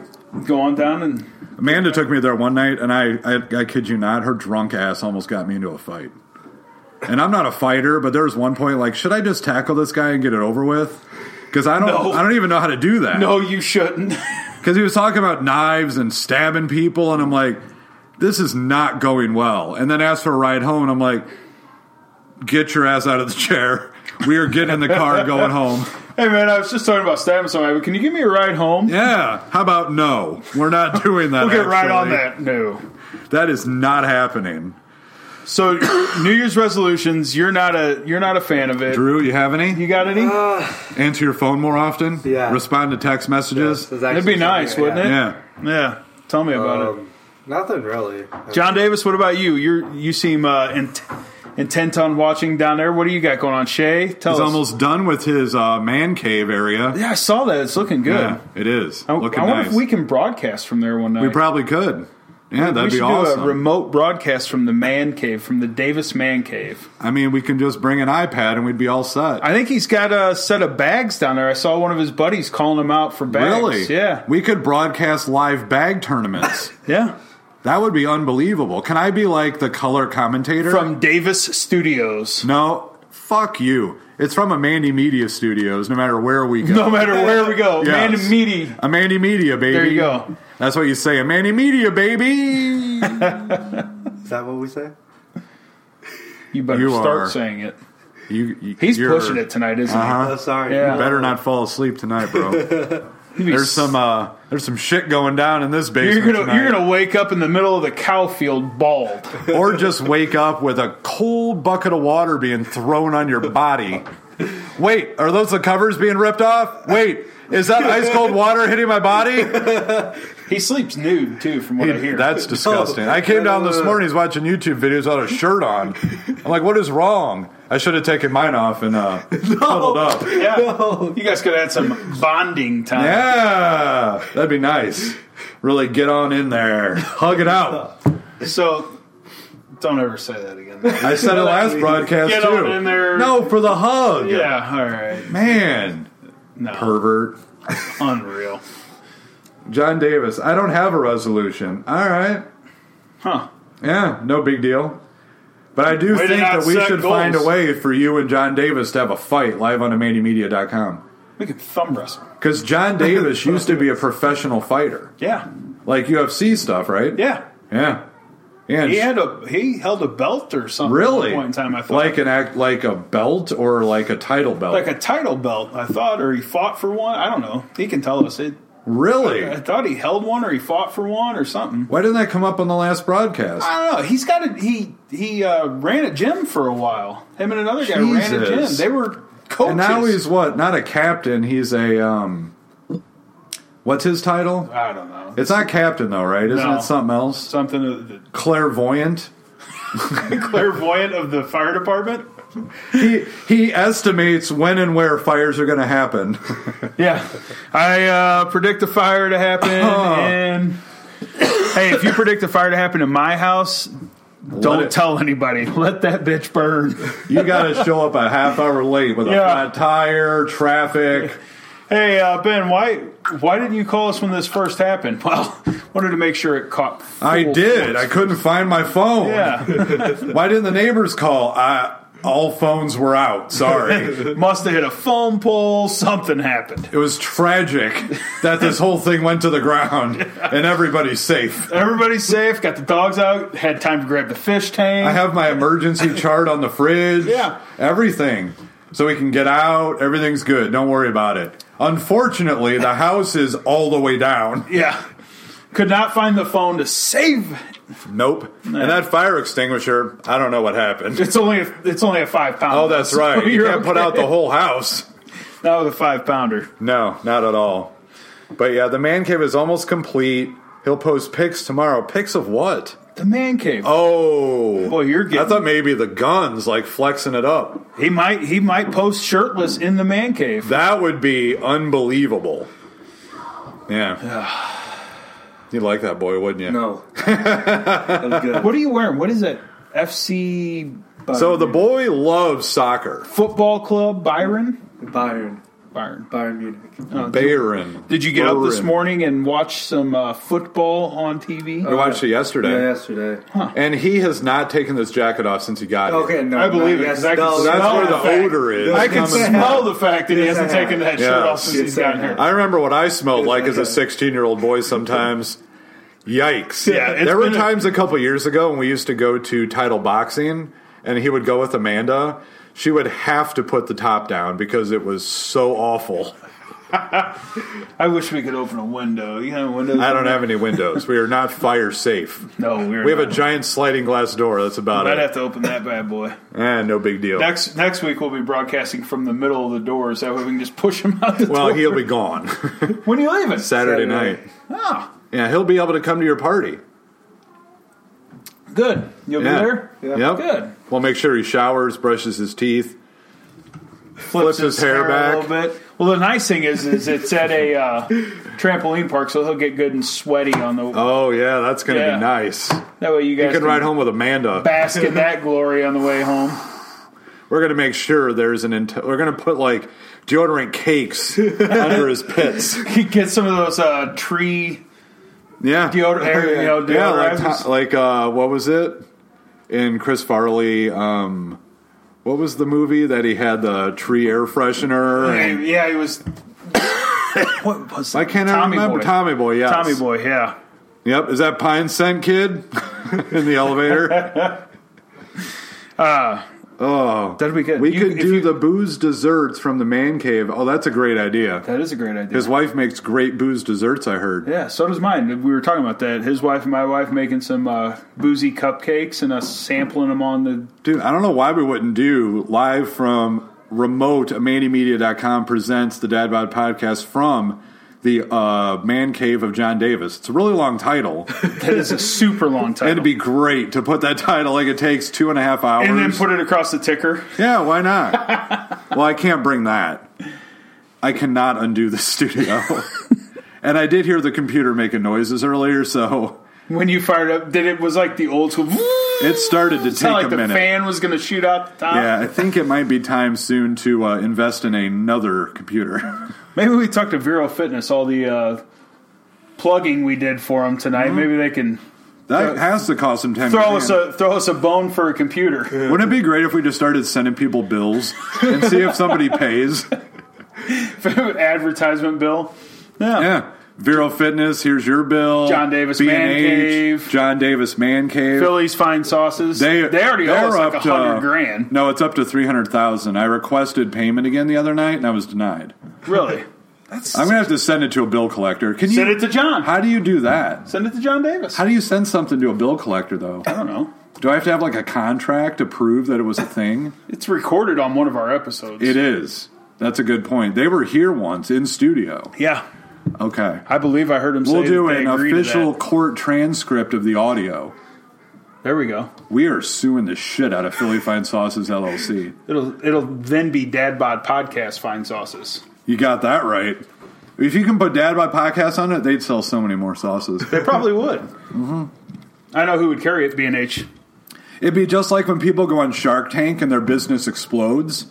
B: go on down and
A: Amanda took me there one night, and I, I, I kid you not, her drunk ass almost got me into a fight. And I'm not a fighter, but there was one point like, should I just tackle this guy and get it over with? Because I don't,
B: No.
A: I don't even know how to do that.
B: no, you shouldn't.
A: because he was talking about knives and stabbing people, and I'm like, this is not going well. And then asked for a ride home, and I'm like, get your ass out of the chair. We are getting in the car and going home.
B: hey man, I was just talking about stabbing somebody. But can you give me a ride home?
A: Yeah. How about no? We're not doing that.
B: we'll get right on
A: actually.
B: that. No.
A: That is not happening.
B: So New Year's resolutions, you're not a you're not a fan of it.
A: Drew, you have
B: You
A: any?
B: got any?
A: Answer your phone more often.
C: Yeah.
A: Respond to text messages.
B: It'd be nice, wouldn't it?
A: Yeah.
B: yeah. Tell me about it.
C: Um, nothing really.
B: John Davis, what about you? You you seem uh, int- intent on watching down there. What do you got going on, Shay? Tell
A: He's
B: us.
A: almost done with his uh, man cave area.
B: yeah, I saw that. It's looking good.
A: Yeah, it is.
B: I, I
A: Looking
B: wonder
A: nice.
B: if we can broadcast from there one night.
A: We probably could. Yeah, that'd
B: we
A: be
B: should
A: awesome.
B: do a remote broadcast from the man cave, from the Davis man cave.
A: I mean, we can just bring an iPad and we'd be all set.
B: I think he's got a set of bags down there. I saw one of his buddies calling him out for bags.
A: really?
B: Yeah.
A: We could broadcast live bag tournaments.
B: Yeah.
A: that would be unbelievable. Can I be like the color commentator?
B: From Davis Studios.
A: no, fuck you. It's from Amandi Media Studios. No matter where we go,
B: No matter where we go,
A: Yes.
B: man and meaty.
A: Amandi Media, baby.
B: There you go.
A: That's what you say, Amandi Media, baby.
C: Is that what we say?
B: You better
A: You
B: start
A: are.
B: saying it.
A: you, you,
B: He's
A: you're- Uh-huh.
B: pushing it tonight, isn't
C: Oh, sorry.
B: Yeah.
A: Better not fall asleep tonight, bro.
B: he? He'd be
A: there's some uh, there's some shit going down in this basement.
B: You're gonna,
A: tonight.
B: you're gonna wake up in the middle of the cow field bald.
A: or just wake up with a cold bucket of water being thrown on your body. Wait, are those the covers being ripped off? Wait, is that ice cold water hitting my body?
B: He sleeps nude too, from what I hear.
A: That's disgusting. I came down this morning. He's watching YouTube videos without a shirt on. I'm like, what is wrong? I should have taken mine off and uh, cuddled up.
B: yeah. You guys could have had some bonding time.
A: Yeah, that'd be nice. Really get on in there, hug it out.
B: So don't ever say that again.
A: I said it last broadcast
B: Get
A: too.
B: on in there.
A: No, for the hug.
B: yeah. All right.
A: man,
B: No.
A: pervert.
B: Unreal.
A: John Davis, I don't have a resolution. All right.
B: Huh.
A: Yeah, no big deal. But I do
B: Way to
A: think
B: not
A: that we
B: set
A: should find a
B: goals.
A: way for you and John Davis to have a fight live on amanimedia.com.
B: We could thumb wrestle.
A: Because John Davis used to be a professional fighter,
B: Yeah.
A: like UFC stuff, right?
B: Yeah.
A: Yeah. Yeah.
B: He
A: sh-
B: had a he held a belt or something. At
A: really?
B: one point in time, I thought
A: Like an act, like a belt or like a title belt.
B: like a title belt. I thought, or he fought for one. I don't know. He can tell us. It,
A: really?
B: I thought he held one, or he fought for one, or something.
A: Why didn't that come up on the last broadcast?
B: I don't know. He's got a he he uh, ran a gym for a while. Him and another guy ran a gym.
A: Jesus.
B: They were coaches.
A: And now he's what? Not a captain. He's a um. What's his title?
B: I don't know
A: It's not captain though, right? Isn't
B: No.
A: it something else?
B: something of the
A: Clairvoyant.
B: clairvoyant of the fire department.
A: He he estimates when and where fires are going to happen.
B: Yeah, I uh, predict a fire to happen. And hey, if you predict a fire to happen in my house, don't
A: it-
B: tell anybody. Let that bitch burn.
A: You got to show up a half hour late with a
B: Yeah.
A: flat tire, traffic.
B: Hey, uh, Ben, why why didn't you call us when this first happened? Well, wanted to make sure it caught. full
A: I did. I
B: force.
A: couldn't find my phone.
B: yeah,
A: Why didn't the neighbors call? I, all phones were out. Sorry.
B: must have hit a foam pole. Something happened.
A: it was tragic that this whole thing went to the ground and everybody's safe.
B: Everybody's safe. Got the dogs out. Had time to grab the fish tank.
A: I have my emergency chart on the fridge.
B: Yeah.
A: Everything. So we can get out. Everything's good. Don't worry about it. Unfortunately, the house is all the way down.
B: yeah, could not find the phone to save.
A: Nope. And that fire extinguisher, I don't know what happened.
B: It's only a, it's only a five pound.
A: Oh, that's right. You can't put out the whole house.
B: That was a five pounder.
A: No, not at all. But yeah, the man cave is almost complete. He'll post pics tomorrow. Pics of what?
B: The man cave.
A: Oh.
B: Boy, you're
A: I
B: getting.
A: thought maybe the guns, like flexing it up.
B: he might he might post shirtless in the man cave.
A: That would be unbelievable. Yeah. You'd like that boy, wouldn't you?
C: No. that was good.
B: What are you wearing? What is it? FC.
A: So the boy loves soccer.
B: football club Byron.
C: Bayern.
B: Byron.
C: Bayern Munich.
B: Oh,
A: Bayern.
B: Did you get up this
A: Bayern.
B: morning and watch some uh, football on TV?
A: I watched it
C: Yeah,
A: yesterday.
C: yesterday.
A: And he has not taken this jacket off since he got here.
C: Okay, no.
B: I believe
C: no,
B: it, 'cause I can
C: no,
A: That's
B: Smell
A: where the
B: that fact.
A: odor is.
B: I can
A: coming.
B: smell the fact that he
C: Yes,
B: hasn't
C: I have.
B: taken that
A: Yeah.
B: shirt off since
C: Yes,
B: he's
C: I
B: gotten
C: have.
B: here.
A: I remember what I smelled
C: It's
A: like as a
C: like a-
A: 16 year old boy sometimes. Yikes.
B: Yeah, it's
A: there were
B: been a-
A: times a couple years ago when we used to go to title boxing and he would go with Amanda. She would have to put the top down because it was so awful.
B: I wish we could open a window. You know, windows.
A: I don't have any windows. We are not fire safe.
B: No, we're
A: We have a
B: not.
A: giant sliding glass door. That's about
B: I'd
A: it.
B: have to open that bad boy.
A: Eh, no big deal.
B: Next next week we'll be broadcasting from the middle of the doors. That way we can just push him out the
A: Well,
B: door.
A: he'll be gone
B: when are you leaving?
A: Saturday
C: Saturday.
A: night.
B: Ah,
A: Yeah, he'll be able to come to your party.
B: good. You'll
A: Yeah.
B: be there.
C: Yeah.
A: Yep.
B: Good.
A: We'll make sure he showers, brushes his teeth. Flips his hair back.
B: a little bit. Well, the nice thing is, is it's at a uh, trampoline park, so he'll get good and sweaty on the.
A: Oh, yeah, that's going to
B: Yeah.
A: be nice.
B: that way you guys
A: You can ride home with Amanda.
B: bask in that glory on the way home.
A: We're gonna make sure there's an. Int- we're gonna put like deodorant cakes under his pits.
B: get some of those uh, tree
A: Yeah,
B: deodor- air, you know,
A: yeah, like,
B: deodorizers.
A: to- like uh, what was it in Chris Farley? Um, what was the movie that he had the tree air freshener? And,
B: yeah, it was. what was
A: I can't
B: Tommy
A: remember
B: Boy.
A: Tommy Boy. Yes.
B: Tommy Boy? Yeah.
A: Yep. Is that pine scent kid in the elevator? oh,
B: That'd be good.
A: we
B: You-
A: could
B: if
A: do
B: you-
A: the booze desserts from the man cave. Oh, that's a great idea.
B: That is a great idea.
A: His wife makes great booze desserts. I heard.
B: Yeah, so does mine. We were talking about that. His wife and my wife making some uh, boozy cupcakes and us sampling them on the.
A: Dude, I don't know why we wouldn't do live from remote AmandyMedia.com presents the Dad Bod podcast from The uh, Man Cave of John Davis. It's a really long title.
B: That is a super long
A: and it'd
B: title.
A: be great to put that title like it takes two and a half hours.
B: And then put it across the ticker.
A: yeah, why not? well, I can't bring that. I cannot undo the studio. and I did hear the computer making noises earlier, so
B: When you fired up, did it was like the old school.
A: it started to
B: It
A: take
B: sounded
A: a
B: like the
A: minute.
B: fan was going to shoot out the top.
A: Yeah, I think it might be time soon to uh, invest in another computer.
B: Maybe we talked to Vero Fitness all the uh, plugging we did for them
A: Mm-hmm.
B: tonight. Maybe they can
A: That has to cost some time.
B: throw us a throw us a bone for a computer.
A: Wouldn't it be great if we just started sending people bills and see if somebody pays?
B: Advertisement bill.
A: Yeah. Vero Fitness, here's your bill.
B: John Davis Man Cave.
A: John Davis Man Cave.
B: Philly's fine sauces. They, already owe
A: they're
B: us like a
A: up to-
B: hundred grand.
A: No, it's up to three hundred thousand. I requested payment again the other night and I was denied.
B: Really?
A: I'm gonna have to send it to a bill collector. Can you?
B: Send it to John.
A: how do you do that?
B: Send it to John Davis.
A: How do you send something to a bill collector though?
B: I don't know.
A: Do I have to have like a contract to prove that it was a thing?
B: It's recorded on one of our episodes.
A: It is. That's a good point. They were here once in studio.
B: Yeah,
A: Okay.
B: I believe I heard him.
A: We'll
B: say
A: do
B: that they
A: an
B: agree to
A: official
B: that.
A: court transcript of the audio.
B: There we go.
A: We are suing the shit out of Philly Fine Sauces LLC.
B: It'll it'll then be Dad Bod Podcast Fine Sauces.
A: You got that right. If you can put Dad by Podcast on it, they'd sell so many more sauces.
B: They probably would. Mm-hmm. I know who would carry it. B and H.
A: It'd be just like when people go on Shark Tank and their business explodes.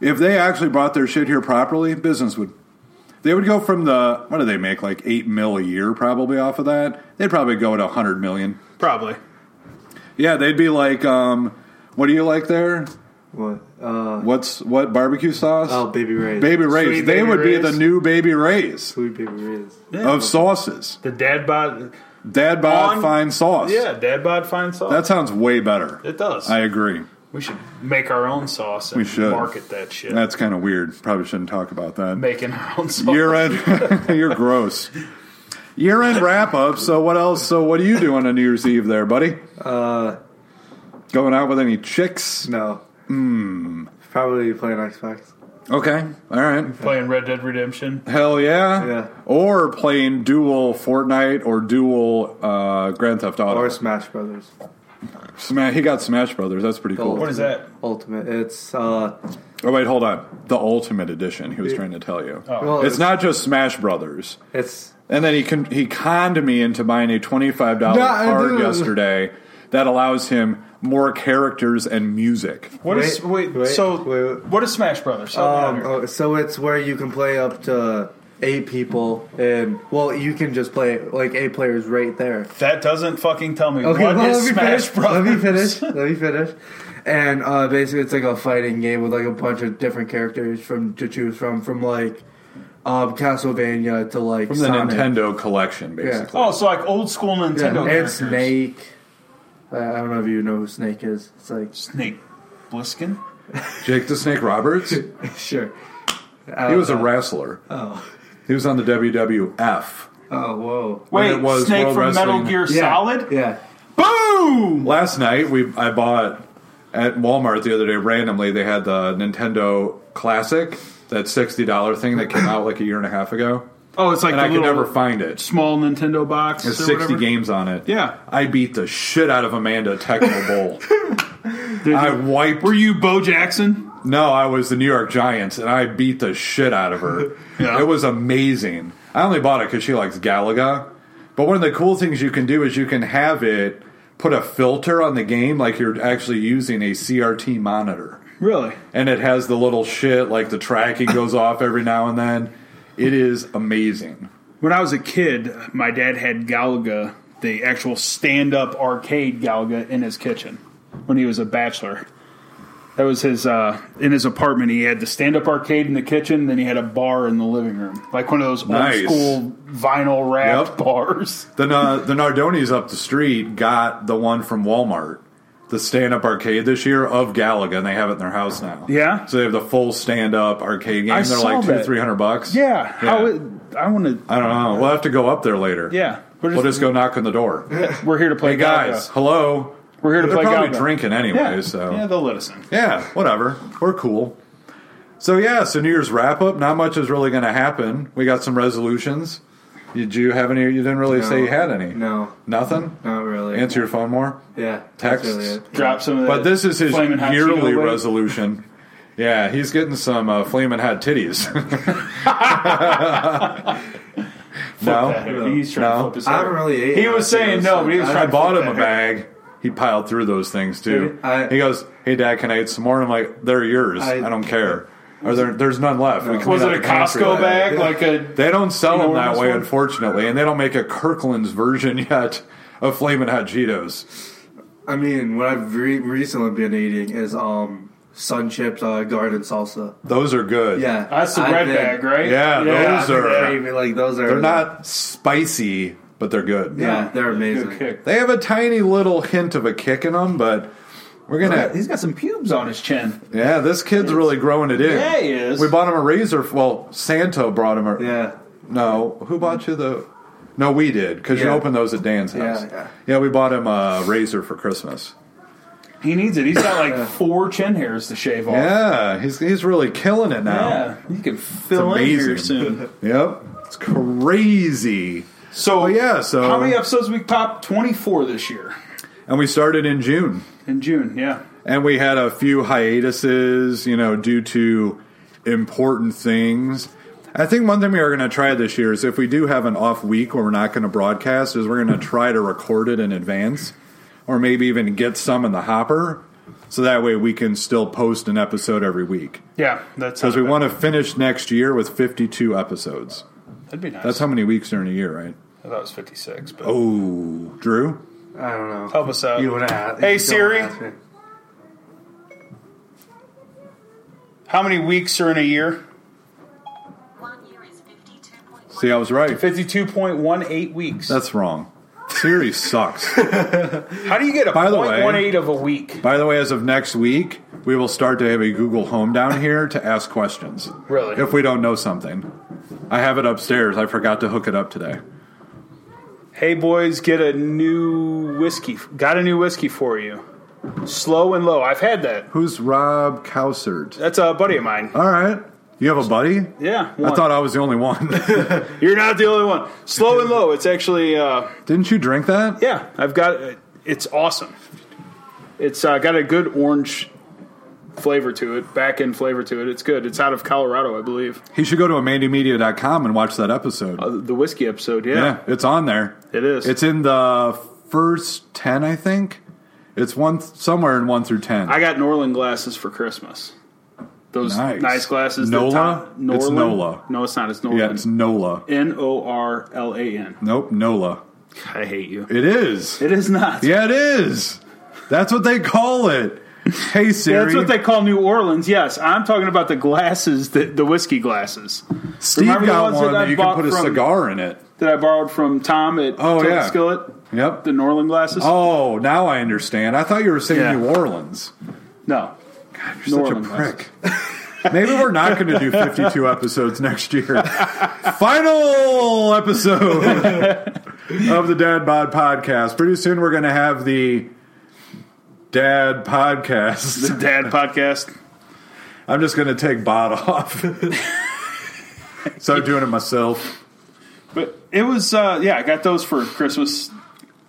A: If they actually brought their shit here properly, business would. They would go from the what do they make like eight mil a year probably off of that. They'd probably go at a hundred million.
B: Probably.
A: Yeah, they'd be like, um, what do you like there?
C: What? Uh,
A: What's what barbecue sauce?
C: oh, Baby Ray's.
A: baby Ray's.
B: Sweet
A: they
B: Baby
A: would be
B: Ray's.
A: the new Baby Ray's
C: Sweet Baby Ray's.
A: of sauces.
B: The Dad Bod.
A: Dad bod
B: On-
A: fine sauce.
B: Yeah, Dad Bod Fine Sauce.
A: that sounds way better.
B: it does.
A: I agree.
B: we should make our own sauce and
A: We should.
B: market that shit.
A: That's kind of weird. Probably shouldn't talk about that.
B: Making our own sauce.
A: year end you're gross year end wrap up so what else so what do you do on a new year's eve there buddy
C: Uh,
A: going out with any chicks
C: no. Hmm. Probably playing Xbox.
A: okay all right
B: Playing Red Dead Redemption.
A: hell yeah
C: Yeah.
A: or playing dual fortnite or dual uh, grand theft auto
C: Or Smash Brothers.
A: Sma- he got smash brothers that's pretty cool
B: What is that?
C: Ultimate. It's uh.
A: oh wait hold on the ultimate edition he was trying to tell you
C: Well,
A: it's not just smash brothers
C: It's
A: And then he con- he conned me into buying a twenty five dollar
C: Yeah, I
A: card
C: did.
A: yesterday that allows him more characters and music.
B: What is
C: Wait,
B: wait,
C: wait,
B: so
C: wait, wait.
B: what is Smash Brothers? Help me out
C: um.
B: here.
C: oh, So it's where you can play up to eight people, and well, you can just play like eight players right there.
B: that doesn't fucking tell me
C: Okay,
B: what
C: well,
B: is
C: let me
B: Smash
C: finish.
B: Brothers.
C: Let me finish. Let me finish. And uh, basically, it's like a fighting game with like a bunch of different characters from to choose from, from like um, Castlevania to like
A: From the
C: Sonic.
A: Nintendo collection, basically.
B: Oh, so like old school
C: Yeah,
B: Nintendo
C: and
B: characters.
C: Snake. I I don't know if you know who Snake is. It's like
B: Snake Bliskin.
A: Jake the Snake Roberts.
C: sure.
A: he was a wrestler.
C: Oh,
A: He was on the WWF.
C: oh, whoa.
A: When
B: Wait,
A: it was
B: Snake
A: World
B: from Metal
A: Wrestling-
B: Gear
C: Yeah,
B: Solid.
C: Yeah.
B: Boom!
A: Last night we I bought at Walmart the other day randomly they had the Nintendo Classic, that sixty dollar thing that came out like a year and a half ago.
B: Oh, it's like
A: And
B: the
A: I could
B: little
A: never find it.
B: small Nintendo box.
A: There's
B: or
A: sixty
B: whatever.
A: games on it.
B: Yeah.
A: I beat the shit out of Amanda Tecmo Bowl.
B: Did
A: I
B: you-
A: wiped
B: Were you Bo Jackson?
A: No, I was the New York Giants, and I beat the shit out of her.
B: Yeah.
A: It was amazing. I only bought it because she likes Galaga. But one of the cool things you can do is you can have it put a filter on the game, like you're actually using a CRT monitor,
B: Really?
A: and it has the little shit like the tracking goes off every now and then. It is amazing.
B: When I was a kid, my dad had Galaga, the actual stand-up arcade Galaga, in his kitchen when he was a bachelor. That was his uh, in his apartment. He had the stand-up arcade in the kitchen, then he had a bar in the living room, like one of those
A: Nice.
B: old school vinyl wrapped
A: Yep.
B: bars.
A: The Na- the Nardonis up the street got the one from Walmart, the stand up arcade this year of Galaga, and they have it in their house now.
B: Yeah?
A: so they have the full stand up arcade game.
B: I
A: They're
B: saw
A: like two
B: that.
A: three hundred bucks.
B: Yeah, how it, I want to.
A: I don't know. We'll have to go up there later.
B: Yeah, we're
A: we'll
B: just,
A: just go knock on the door. Hey
B: we're here to play
A: guys,
B: Galaga.
A: hello.
B: We're here to
A: They're
B: play
A: probably
B: Galaga.
A: drinking anyway,
B: Yeah,
A: so
B: yeah, they'll let us in.
A: yeah, whatever. We're cool. So yeah, so New Year's wrap up. Not much is really going to happen. We got some resolutions. Did you have any? You didn't really say you had any.
C: No,
A: Nothing.
C: not really.
A: Answer your phone more.
C: Yeah.
A: Texts.
C: That's really it.
B: Drop some of that.
A: But this is his
B: Uh, Flamin' Hot Cheeto
A: yearly
B: away.
A: resolution. Yeah, he's getting some uh, flaming hot titties. no,
B: That- He's trying to
A: No.
B: flip his
C: I
B: hair.
C: haven't really ate.
B: He was saying no, but he was
A: I
B: trying to
A: bought him a
B: flip
A: bag. He piled through those things too.
C: Dude, I-
A: he goes, "Hey, Dad, can I eat some more?" I'm like, "They're yours. I,
C: I-
A: don't care." Or there, there's none left. We can
B: Was
A: eat
B: it
A: out
B: a
A: the pantry
B: Costco
A: later.
B: bag? Like a
A: They don't sell
B: You know
A: them
B: where
A: that
B: this
A: way,
B: one-
A: unfortunately, and they don't make a Kirkland's version yet of Flamin' Hot Cheetos.
C: I mean, what I've re- recently been eating is um sun chips uh, garden salsa.
A: Those are good.
C: Yeah,
B: that's the
C: I've
B: red
C: been-
B: bag, right?
A: Yeah, those
C: I've been
A: are-
C: craving, like those are.
A: They're not spicy, but they're good.
C: Yeah, they're
B: Good
C: amazing.
B: kick.
A: They have a tiny little hint of a kick in them, but we're gonna.
B: He's got some pubes on his chin.
A: Yeah, this kid's really growing it in.
B: Yeah, he is.
A: We bought him a razor. Well, Santo brought him a.
C: Yeah,
A: No, who bought you the? No, we did because you
C: Yeah.
A: opened those at Dan's
C: Yeah,
A: house.
C: yeah.
A: yeah, we bought him a razor for Christmas.
B: He needs it. He's got like four chin hairs to shave off.
A: Yeah, he's he's really killing it now.
B: Yeah, you can fill in
A: amazing.
B: here soon.
A: Yep. It's crazy.
B: So
A: yeah, so-
B: how many episodes we popped? Twenty four this year
A: And we started in June.
B: in June. Yeah,
A: And we had a few hiatuses, you know, due to important things. I think one thing we are going to try this year is if we do have an off week where we're not going to broadcast, is we're going to try to record it in advance or maybe even get some in the hopper. So that way we can still post an episode every week.
B: yeah. That's
A: Because we want to finish next year with 52 episodes.
B: That'd be nice.
A: That's how many weeks are in a year, right?
B: I thought it was fifty six. But
A: Oh, Drew?
C: I don't know.
B: help us out.
C: You would ask.
B: Hey,
C: you don't
B: Siri.
C: ask me.
B: How many weeks are in a year?
D: One year is 52.1.
A: See, I was right.
B: Fifty two point one eight weeks.
A: That's wrong. Siri sucks.
B: how do you get a
A: By
B: point
A: the way-
B: one eight of a week?
A: By the way, as of next week, we will start to have a Google Home down here to ask questions.
B: Really?
A: If we don't know something. I have it upstairs. I forgot to hook it up today.
B: Hey boys, get a new whiskey. Got a new whiskey for you. Slow and low. I've had that.
A: Who's Rob Cowsert?
B: That's a buddy of mine.
A: All right. You have a buddy?
B: Yeah,
A: I
B: one.
A: thought I was the only one.
B: you're not the only one. Slow and low. It's actually uh,
A: Didn't you drink that?
B: yeah. I've got it's awesome. It's uh, got a good orange flavor to it, back end flavor to it. It's good. It's out of Colorado, I believe.
A: He should go to amandymedia.com and watch that episode.
B: Uh, the whiskey episode. Yeah,
A: yeah, it's on there.
B: it is.
A: It's in the first 10, I think. It's one somewhere in 1 through 10.
B: I got Norland glasses for Christmas. Those
A: Nice.
B: nice, glasses.
A: Nola?
B: That Norland.
A: It's Nola.
B: No, it's not. It's
A: yeah,
B: Norland.
A: it's NOLA.
B: N O R L A N.
A: Nope, NOLA.
B: I hate you.
A: It is.
B: It is not.
A: Yeah, it is. That's what they call it. Hey Siri,
B: That's what they call New Orleans. Yes, I'm talking about the glasses, the, the whiskey glasses
A: Steve
B: remember the
A: got
B: ones
A: one
B: that I
A: that you can
B: bought
A: put a
B: from-
A: cigar in it.
B: that I borrowed from Tom at
A: Oh,
B: Tilt
A: yeah.
B: Skillet.
A: Yep.
B: The New Orleans glasses.
A: Oh, now I understand. I thought you were saying
B: Yeah.
A: New Orleans.
B: no,
A: You're
B: New
A: such
B: Orleans
A: a prick. Maybe we're not going to do 52 episodes next year. Final episode of the Dad Bod podcast. Pretty soon we're going to have the Dad podcast.
B: the Dad podcast.
A: I'm just going to take bod off. Start doing it myself.
B: But it was uh, yeah, I got those for Christmas.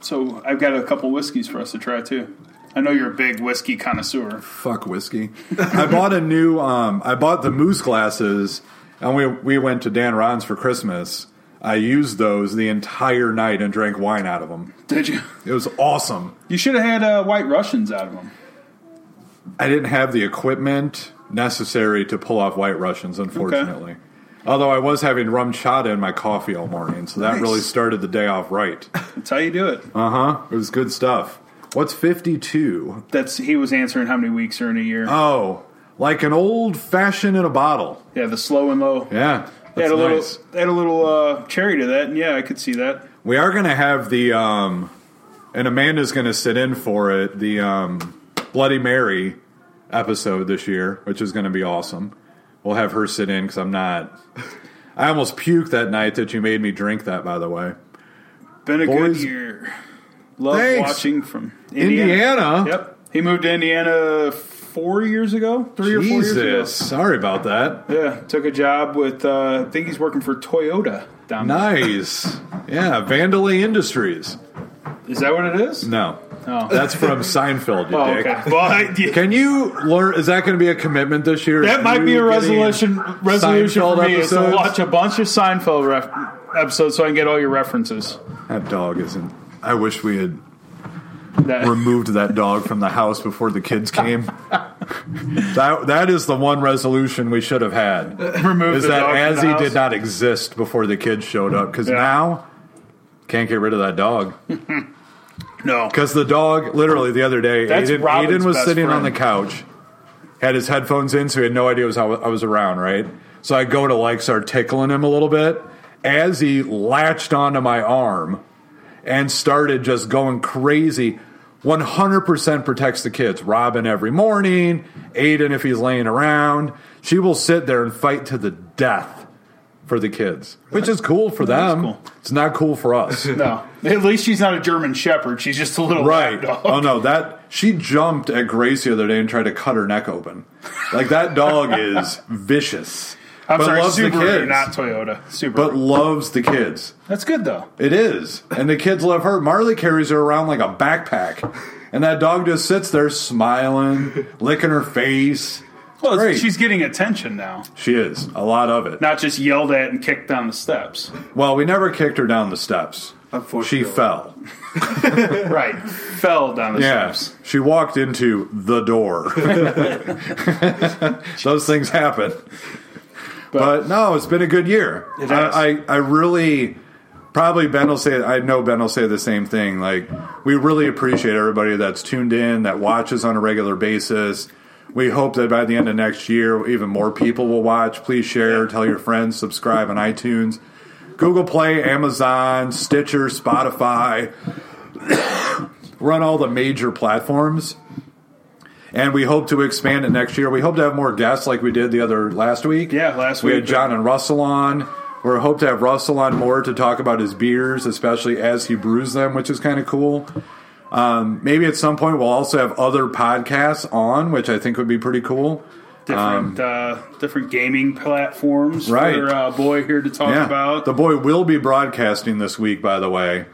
B: So I've got a couple whiskeys for us to try too. I know you're a big whiskey connoisseur.
A: fuck whiskey. I bought a new. Um, I bought the moose glasses, and we we went to Dan Ron's for Christmas. I used those the entire night and drank wine out of them.
B: Did you?
A: It was awesome.
B: You should have had uh, White Russians out of them.
A: I didn't have the equipment necessary to pull off White Russians, unfortunately. Although I was having rum chata in my coffee all morning, so that
B: Nice.
A: really started the day off right.
B: That's how you do it.
A: Uh huh. It was good stuff. What's fifty two?
B: That's he was answering how many weeks are in a year.
A: Oh, like an old fashioned in a bottle.
B: yeah, the slow and low.
A: Yeah, that's
B: They had a little,
A: nice.
B: they had a little uh, cherry to that, and yeah, I could see that.
A: We are going to have the, um, and Amanda's going to sit in for it, the um, Bloody Mary episode this year, which is going to be awesome. We'll have her sit in because I'm not. I almost puked that night that you made me drink that, by the way.
B: Been a
A: Boys-
B: good year. Love
A: Thanks.
B: watching from Indiana.
A: Indiana?
B: Yep, he moved to Indiana f- four years ago, three or four years
A: Jesus, sorry about that.
B: ago. Yeah, took a job with. Uh, I think he's working for Toyota. Down there.
A: Nice. Yeah, Vandalay Industries.
B: Is that what it is?
A: No,
B: Oh.
A: that's from Seinfeld, you
B: Oh,
A: dick.
B: okay. Well, I, yeah,
A: Can you learn? Is that going to be a commitment this year?
B: that might
A: You
B: be a
A: getting-
B: resolution resolution for
A: Seinfeld
B: me is to
A: episodes?
B: watch a bunch of Seinfeld ref- episodes so I can get all your references.
A: That dog isn't. I wish we had
B: That,
A: removed that dog from the house before the kids came. that that is the one resolution we should have had.
B: remove
A: Is
B: the dog
A: that
B: from the
A: Azzy
B: house.
A: did not exist before the kids showed up? Because
B: Yeah.
A: now can't get rid of that dog.
B: No.
A: Because the dog, literally the other day,
B: That's
A: Aiden,
B: Robin's
A: Aiden was
B: best
A: sitting on
B: friend.
A: the couch, had his headphones in, so he had no idea was how I was around, right? So I go to like start tickling him a little bit as he latched onto my arm and started just going crazy. 100% protects the kids. Robin every morning, Aiden if he's laying around. She will sit there and fight to the death for the kids, which is cool for them.
B: cool.
A: It's not cool for us.
B: No. At least she's not a German Shepherd. She's just a little
A: Right.
B: dog.
A: Oh no, that she jumped at Grace the other day and tried to cut her neck open. Like that dog is vicious.
B: I'm
A: but
B: sorry,
A: loves
B: Subaru,
A: the kids.
B: not Toyota. Subaru.
A: but loves the kids.
B: That's good though.
A: It is. And the kids love her. Marley carries her around like a backpack. And that dog just sits there smiling, licking her face.
B: Well,
A: Great.
B: she's getting attention now,
A: She is. A lot of it.
B: not just yelled at and kicked down the steps.
A: Well, we never kicked her down the steps. She
C: Unfortunately.
A: fell.
B: right, fell down the
A: Yes.
B: steps.
A: She walked into the door. Those things happen. But, no, it's been a good year.
B: It has.
A: I, I, I really, probably Ben will say, I know Ben will say the same thing. Like, we really appreciate everybody that's tuned in, that watches on a regular basis. We hope that by the end of next year, even more people will watch. Please share, tell your friends, subscribe on iTunes, Google Play, Amazon, Stitcher, Spotify. We're on all the major platforms. And we hope to expand it next year. We hope to have more guests like we did the other last week.
B: Yeah, last
A: We had
B: week.
A: John and Russell on. We hope to have Russell on more to talk about his beers, especially as he brews them, which is kind of cool. Um, maybe at some point we'll also have other podcasts on, which I think would be pretty cool.
B: Different, uh, different gaming platforms
A: Right.
B: for uh, boy here to talk
A: yeah,
B: about.
A: the boy will be broadcasting this week, by the way.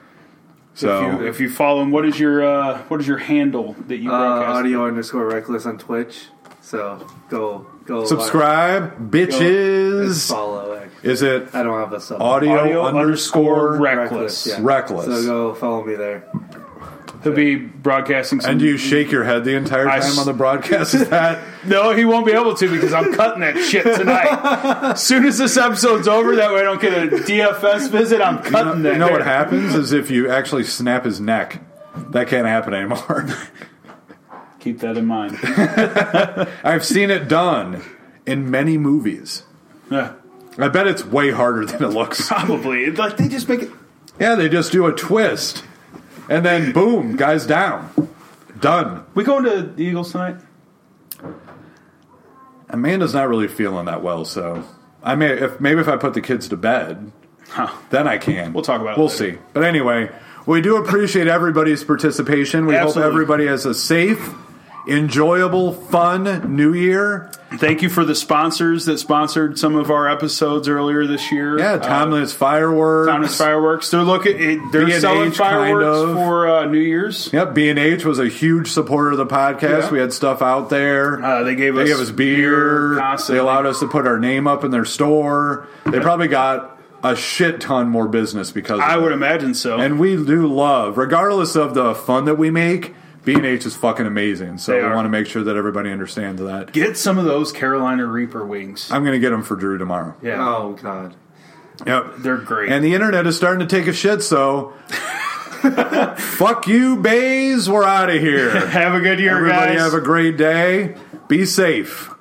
A: So
B: if, you, if you follow him, what is your uh, what is your handle that you
C: Uh,
B: broadcast?
C: audio underscore reckless on Twitch. So go go
A: subscribe,
C: like, go and
A: bitches.
C: follow. Like,
A: Is it
C: I don't have the sub.
A: audio,
B: Audio
A: underscore?
B: underscore rec- Reckless.
C: yeah.
A: Reckless.
C: So go follow me there.
B: He'll be broadcasting. Some,
A: and do you shake your head the entire
B: I
A: time
B: s-
A: on the broadcast? Is that
B: no, he won't be able to because I'm cutting that shit tonight. As soon as this episode's over, that way I don't get a DFS visit. I'm cutting
A: you
B: that.
A: know what happens is if you actually snap his neck, that can't happen anymore.
B: Keep that in mind.
A: I've seen it done in many movies.
B: Yeah,
A: I bet it's way harder than it looks.
B: probably. It's Like they just make it.
A: Yeah, they just do a twist, and then boom, guys down, done.
B: We going to the Eagles tonight?
A: Amanda's not really feeling that well, so I may if maybe if I put the kids to bed, then I can.
B: We'll talk about it
A: We'll
B: later.
A: see. But anyway, we do appreciate everybody's participation. We
B: Absolutely.
A: hope everybody has a safe, enjoyable, fun New Year.
B: Thank you for the sponsors that sponsored some of our episodes earlier this year.
A: Yeah, Tomlin's fireworks.
B: Uh, Tomlin's fireworks. They're looking. it- They're
A: B&H
B: selling
A: kind
B: fireworks
A: of.
B: for uh, New Year's.
A: Yep, B and H was a huge supporter of the podcast.
B: Yeah.
A: We had stuff out there.
B: Uh, they gave
A: they
B: us
A: gave us beer.
B: constantly.
A: they allowed us to put our name up in their store. They probably got a shit ton more business because of
B: I
A: it.
B: would imagine so.
A: And we do love, regardless of the fun that we make, B and H is fucking amazing. So
B: They
A: we
B: are.
A: want to make sure that everybody understands that.
B: Get some of those Carolina Reaper wings.
A: I'm going to get them for Drew tomorrow.
B: Yeah,
C: Oh God.
A: Yep.
B: they're great.
A: And the internet is starting to take a shit. So fuck you, Bays. We're out of here.
B: have a good year,
A: Everybody
B: guys.
A: have a great day. Be safe.